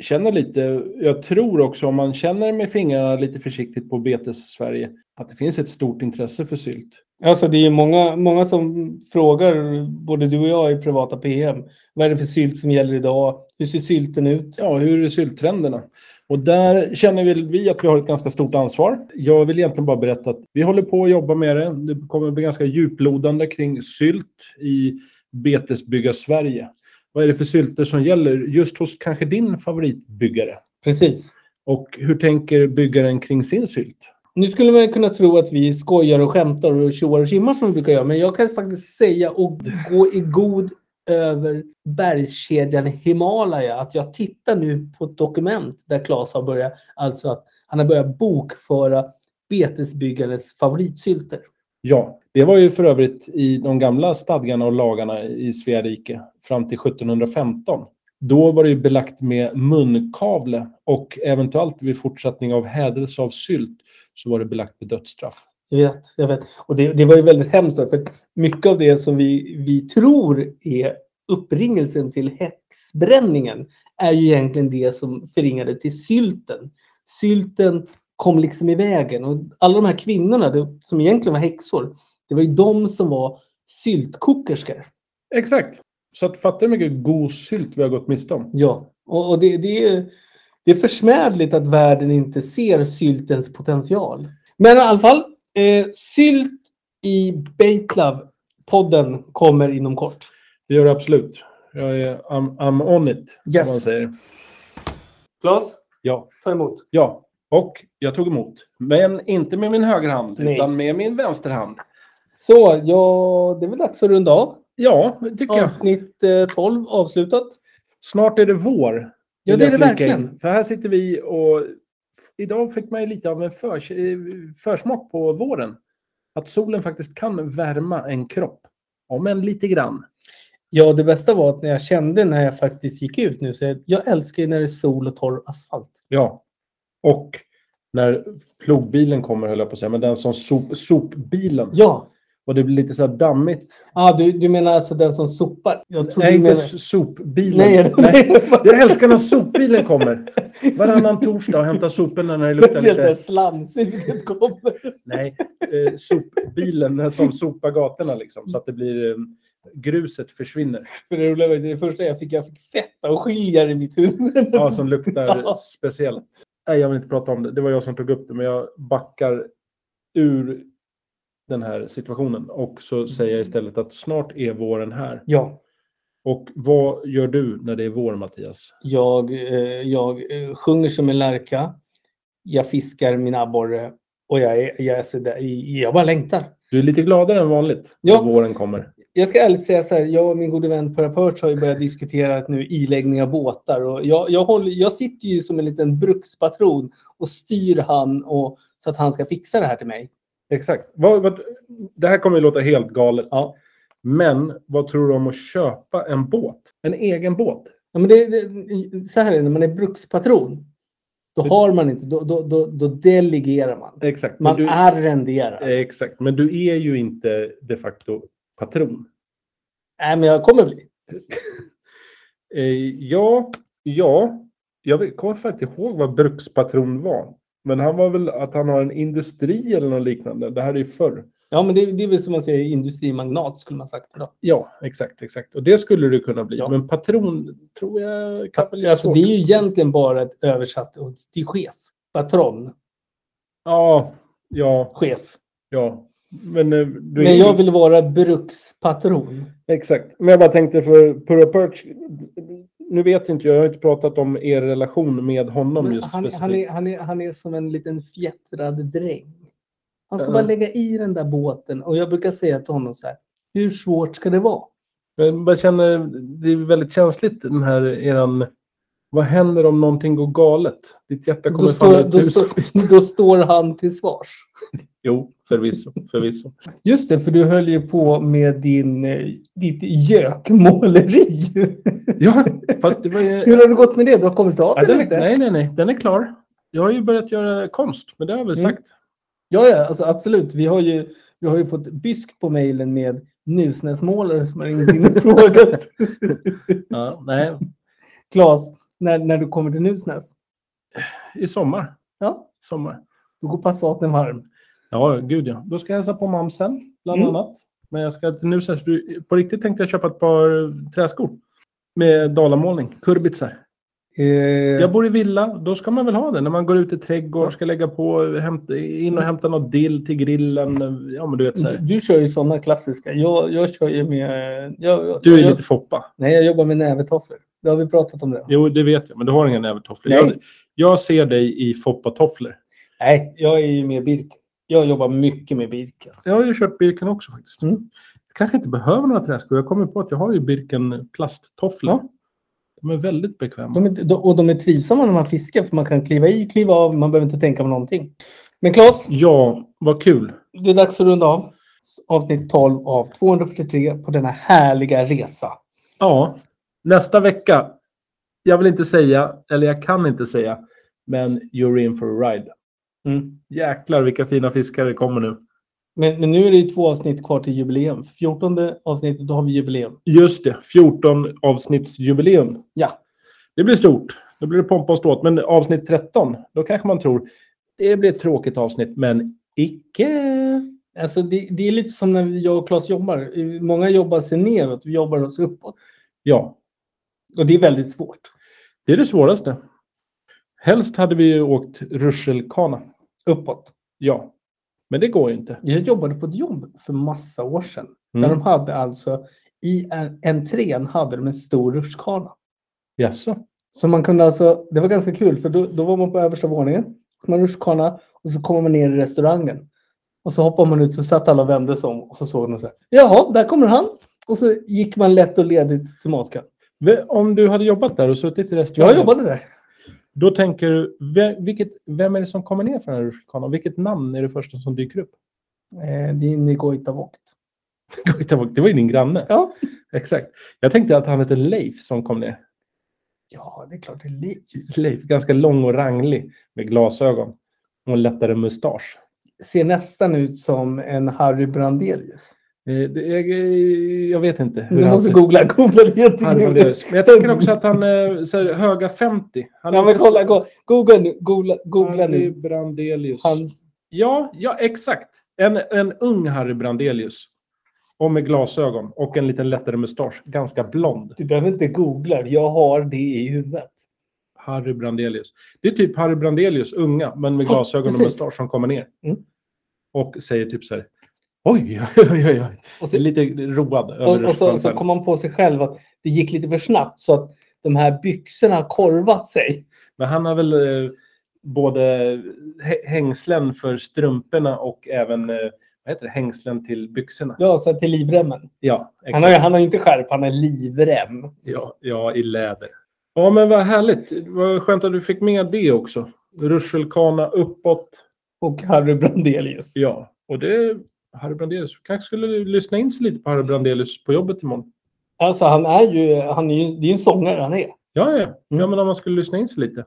C: känner lite, jag tror också om man känner med fingrarna lite försiktigt på betes-Sverige, att det finns ett stort intresse för sylt.
B: Alltså det är ju många, många som frågar, både du och jag i privata PM. Vad är det för sylt som gäller idag? Hur ser sylten ut?
C: Ja, hur är sylttrenderna? Och där känner väl vi att vi har ett ganska stort ansvar. Jag vill egentligen bara berätta att vi håller på att jobba med det. Det kommer bli ganska djuplodande kring sylt i betesbygga Sverige. Vad är det för sylter som gäller just hos kanske din favoritbyggare?
B: Precis.
C: Och hur tänker byggaren kring sin sylt?
B: Nu skulle man ju kunna tro att vi skojar och skämtar och tjoar och tjimmar som vi brukar göra. Men jag kan faktiskt säga och gå i god över bergskedjan Himalaya. Att jag tittar nu på ett dokument där Claes har börjat, alltså att han har börjat bokföra betesbyggarens favoritsylter.
C: Ja, det var ju för övrigt i de gamla stadgarna och lagarna i Svea rike fram till 1715. Då var det ju belagt med munkavle och eventuellt vid fortsättning av hädelse av sylt så var det belagt med dödsstraff.
B: Jag vet, jag vet. Och det, det var ju väldigt hemskt då, för att mycket av det som vi, vi tror är uppringelsen till häxbränningen är ju egentligen det som förringade till sylten. Sylten kom liksom i vägen och alla de här kvinnorna det, som egentligen var häxor, det var ju de som var syltkokerskor.
C: Exakt. Så att fattar du hur mycket god sylt vi har gått miste om?
B: Ja, och, och det, det, är, det är försmädligt att världen inte ser syltens potential. Men i alla fall, eh, sylt i Baitlove-podden kommer inom kort.
C: Det gör det absolut. Jag är I'm, I'm on it,
B: Yes.
C: som man säger.
B: Claes,
C: Ja.
B: ta emot.
C: ja, och jag tog emot. Men inte med min högerhand,
B: Nej.
C: utan med min vänsterhand.
B: Så, ja, det är väl dags att runda av.
C: Ja, det tycker jag.
B: Avsnitt eh, 12 avslutat.
C: Snart är det vår.
B: Ja,
C: vill
B: det är
C: jag
B: det
C: flika
B: verkligen.
C: in. För här sitter vi och idag fick man ju lite av en förs eh, försmak på våren. Att solen faktiskt kan värma en kropp. Om än lite grann.
B: Ja, det bästa var att när jag kände när jag faktiskt gick ut nu, så jag, jag älskar ju när det är sol och torr asfalt.
C: Ja. Och när plogbilen kommer, höll jag på att säga, men den som sop, sopbilen.
B: Ja,
C: Och det blir lite så här dammigt.
B: Ah, du, du menar alltså den som sopar? Jag tror
C: Nej,
B: du
C: inte
B: menar...
C: s- sopbilen.
B: Nej, nej.
C: Jag älskar när sopbilen kommer. Varannan torsdag och hämtar soporna när det luktar lite.
B: Slamsuget kommer.
C: Nej, eh, sopbilen som sopar gatorna liksom. Så att det blir... Eh, gruset försvinner.
B: För det roliga var ju det första jag fick, jag fick fetta och skiljar i mitt huvud.
C: Ja, som luktar
B: Ja.
C: speciellt. Nej, jag vill inte prata om det. Det var jag som tog upp det, men jag backar ur den här situationen. Och
B: Mm.
C: så säger jag istället att snart är våren här.
B: Ja,
C: Och vad gör du när det är vår, Mattias?
B: jag, eh, jag eh, sjunger som en lärka. Jag fiskar min abborre och jag, är, jag, är så där, jag bara längtar.
C: Du är lite gladare än vanligt
B: Ja.
C: när våren kommer.
B: Jag ska ärligt säga så här, jag och min gode vän Parapörts har ju börjat diskutera att nu iläggning av båtar. Och jag, jag, håller, jag sitter ju som en liten brukspatron och styr han och, så att han ska fixa det här till mig.
C: Exakt. Vad, vad, det här kommer ju låta helt galet.
B: Ja.
C: Men vad tror du om att köpa en båt? En egen båt?
B: Ja, men det, det, så här är det, när man är brukspatron, då har man inte, då, då, då, då delegerar man.
C: Exakt.
B: Man
C: Men du, Eh.
B: arrenderar.
C: Exakt. Men du är ju inte de facto patron.
B: Nej, men jag kommer bli.
C: Eh, ja, ja. Jag vet- kommer faktiskt inte ihåg vad brukspatron var. Men han var väl att han har en industri eller något liknande. Det här är ju förr.
B: Ja, men det, det är väl som man säger industrimagnat skulle man sagt. Då.
C: Ja, exakt, exakt. Och det skulle du kunna bli.
B: Ja.
C: Men patron tror jag kan bli lite
B: Alltså,
C: svårt.
B: det är ju egentligen bara ett översatt och- till chef. Patron,
C: Ja, ja,
B: chef.
C: ja. Men eh, du är
B: Men
C: ju-
B: jag vill vara brukspatron.
C: Exakt. Men jag bara tänkte för Purra Perch. Nu vet inte jag. Jag har inte pratat om er relation med honom
B: Men
C: just
B: Han,
C: specifikt.
B: han, är, han, är, han är som en liten fjättrad dräng. Han ska
C: Ja.
B: bara lägga i den där båten. Och jag brukar säga till honom så här, hur svårt ska det vara?
C: Men man känner, det är väldigt känsligt den här eran... Vad händer om någonting går galet? Ditt hjärta kommer
B: Då
C: falla
B: står,
C: ut
B: då,
C: tusen
B: står, då står han till svars.
C: Jo, förvisso. förvisso.
B: Just det, för du höll ju på med din, eh, ditt gökmåleri.
C: Ja, fast det var ju...
B: Hur har det gått med det? Du har kommit av
C: Ja,
B: det
C: den är,
B: lite?
C: nej, nej, nej. Den är klar. Jag har ju börjat göra konst, men det har jag väl
B: Mm.
C: sagt.
B: Ja, ja alltså, absolut. Vi har, ju, vi har ju fått bysk på mejlen med Nusnäsmålare som har ringt in och frågat.
C: Ja, nej,
B: Claes, när, när du kommer till Nusnäs,
C: i sommar.
B: ja,
C: sommar.
B: då går Passaten varm.
C: Ja, gud ja. Då ska jag hälsa på mamsen, bland
B: Mm.
C: annat. Men jag ska nu så här- på riktigt tänkte jag köpa ett par träskor med dalamålning, kurbitsar.
B: Eh,
C: Jag bor i villa, då ska man väl ha det. När man går ut i trädgården, ska lägga på, hämta, in och hämta något dill till grillen. Ja, men du vet så
B: du,
C: här.
B: du kör ju sådana klassiska. Jag, jag kör ju med... Jag, jag,
C: Du är
B: jag,
C: lite Foppa.
B: Nej, jag jobbar med nävetofflor. Det har vi pratat om det.
C: Jo, det vet jag, men du har inga nävertofflor.
B: Nej.
C: Jag, jag ser dig i Foppa-tofflor.
B: Nej, jag är ju med Birken. Jag jobbar mycket med Birken.
C: Jag har ju köpt Birken också faktiskt.
B: Mm.
C: Jag kanske inte behöver några träskor. Jag kommer på att jag har ju Birken plasttofflor.
B: Ja.
C: De är väldigt bekväma.
B: De är, de- och de är trivsamma när man fiskar för man kan kliva i, kliva av, man behöver inte tänka på någonting. Men Claes,
C: Ja, vad kul.
B: det är dags att runda av. Avsnitt 12 av 243 på denna härliga resa.
C: Ja, nästa vecka. Jag vill inte säga, eller jag kan inte säga, men you're in for a ride.
B: Mm.
C: Jäklar vilka fina fiskar det kommer nu.
B: Men, men nu är det ju två avsnitt kvar till jubileum. 14 avsnittet, då har vi jubileum.
C: Just det, 14 avsnittsjubileum.
B: Ja.
C: Det blir stort. Då blir det pompa och ståt. Men avsnitt 13, då kanske man tror det blir ett tråkigt avsnitt, men icke.
B: Alltså det, det är lite som när vi- jag och Claes jobbar. Många jobbar sig neråt, vi jobbar oss uppåt.
C: Ja,
B: Och det är väldigt svårt.
C: det är det svåraste. Helst hade vi ju åkt rutschkana.
B: Uppåt.
C: Ja, men det går ju inte.
B: Jag jobbade på ett jobb för massa år sedan.
C: Mm.
B: Där de hade alltså, i en- entrén hade de en stor rutschkana.
C: Jaså?
B: Så man kunde alltså, det var ganska kul för då, då var man på översta våningen. Man rutschkana och så kommer man ner i restaurangen. Och så hoppar man ut så satt alla och vände sig om och så såg de så här. Jaha, där kommer han. Och så gick man lätt och ledigt till matkön.
C: V- Om du hade jobbat där och suttit i restaurangen.
B: Jag jobbade där.
C: Då tänker du, ve- vilket, vem är det som kommer ner för den här rutschkanan? Vilket namn är det första som dyker upp?
B: Eh, det är Nigoitavokt.
C: Det var ju din granne.
B: Ja.
C: Exakt. Jag tänkte att han hette Leif som kom ner.
B: ja, det är klart det är liv.
C: Leif, ganska lång och ranglig med glasögon och en lättare mustasch.
B: Ser nästan ut som en Harry Brandelius.
C: Eh, det, jag, eh, jag vet inte. hur
B: Du
C: han
B: måste
C: ser-
B: googla. Googla det
C: han är
B: jättemycket.
C: fabulös. Men jag tänker också att han eh, så här, höga 50. Han
B: Ja, men kolla. go- Googla nu. Googla, googla
C: Harry
B: nu.
C: Brandelius.
B: Han,
C: Ja, ja, exakt. En, en ung Harry Brandelius. Och med glasögon och en liten lättare mustasch. Ganska blond.
B: du behöver inte googla. Jag har det i huvudet.
C: Harry Brandelius. Det är typ Harry Brandelius, unga, men med
B: Ja,
C: glasögon och
B: precis.
C: mustasch som kommer ner.
B: Mm.
C: Och säger typ så här. Oj, oj, oj, oj.
B: Och så,
C: Är lite road över
B: och, och så, så
C: röstbönsen.
B: kom han på sig själv att det gick lite för snabbt så att de här byxorna har korvat sig.
C: Men han har väl eh, både hä- hängslen för strumporna och även eh, vad heter det? hängslen till byxorna.
B: Ja, så här till livremmen.
C: Ja, exakt.
B: Han har, ju- han har ju inte skärp, han har livrem.
C: Ja, ja, i läder. Ja, men vad härligt. Vad skönt att du fick med det också. Rutschkana uppåt.
B: Och Harry Brandelius.
C: Ja, och det Harry Brandelius. Kanske skulle du lyssna in sig lite på Harry Brandelius på jobbet imorgon.
B: Alltså han är ju, han är ju, det är ju en sångare han är.
C: Ja, ja, ja. ja men om man skulle lyssna in sig lite.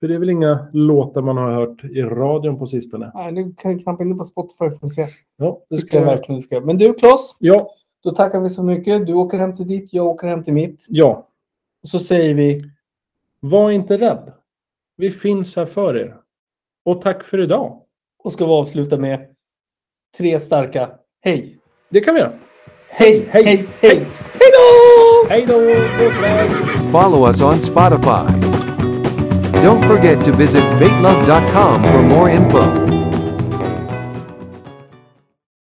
C: För det är väl inga låtar man har hört i radion på sistone.
B: Nej, nu kan jag knappt in på Spotify för att se.
C: Ja,
B: Det ska jag verkligen ska. Men du Claes,
C: Ja,
B: då tackar vi så mycket. Du åker hem till ditt, jag åker hem till mitt.
C: ja.
B: Och så säger vi
C: Var inte rädd. Vi finns här för er. Och tack för idag.
B: och ska vi avsluta med tre starka hej.
C: Det kan vi göra.
B: Hej, hej,
C: Hej.
B: hej, hej. Hej då!
C: Hej då! Gott väg!
A: Follow us on Spotify. Don't forget to visit baitlove.com for more info.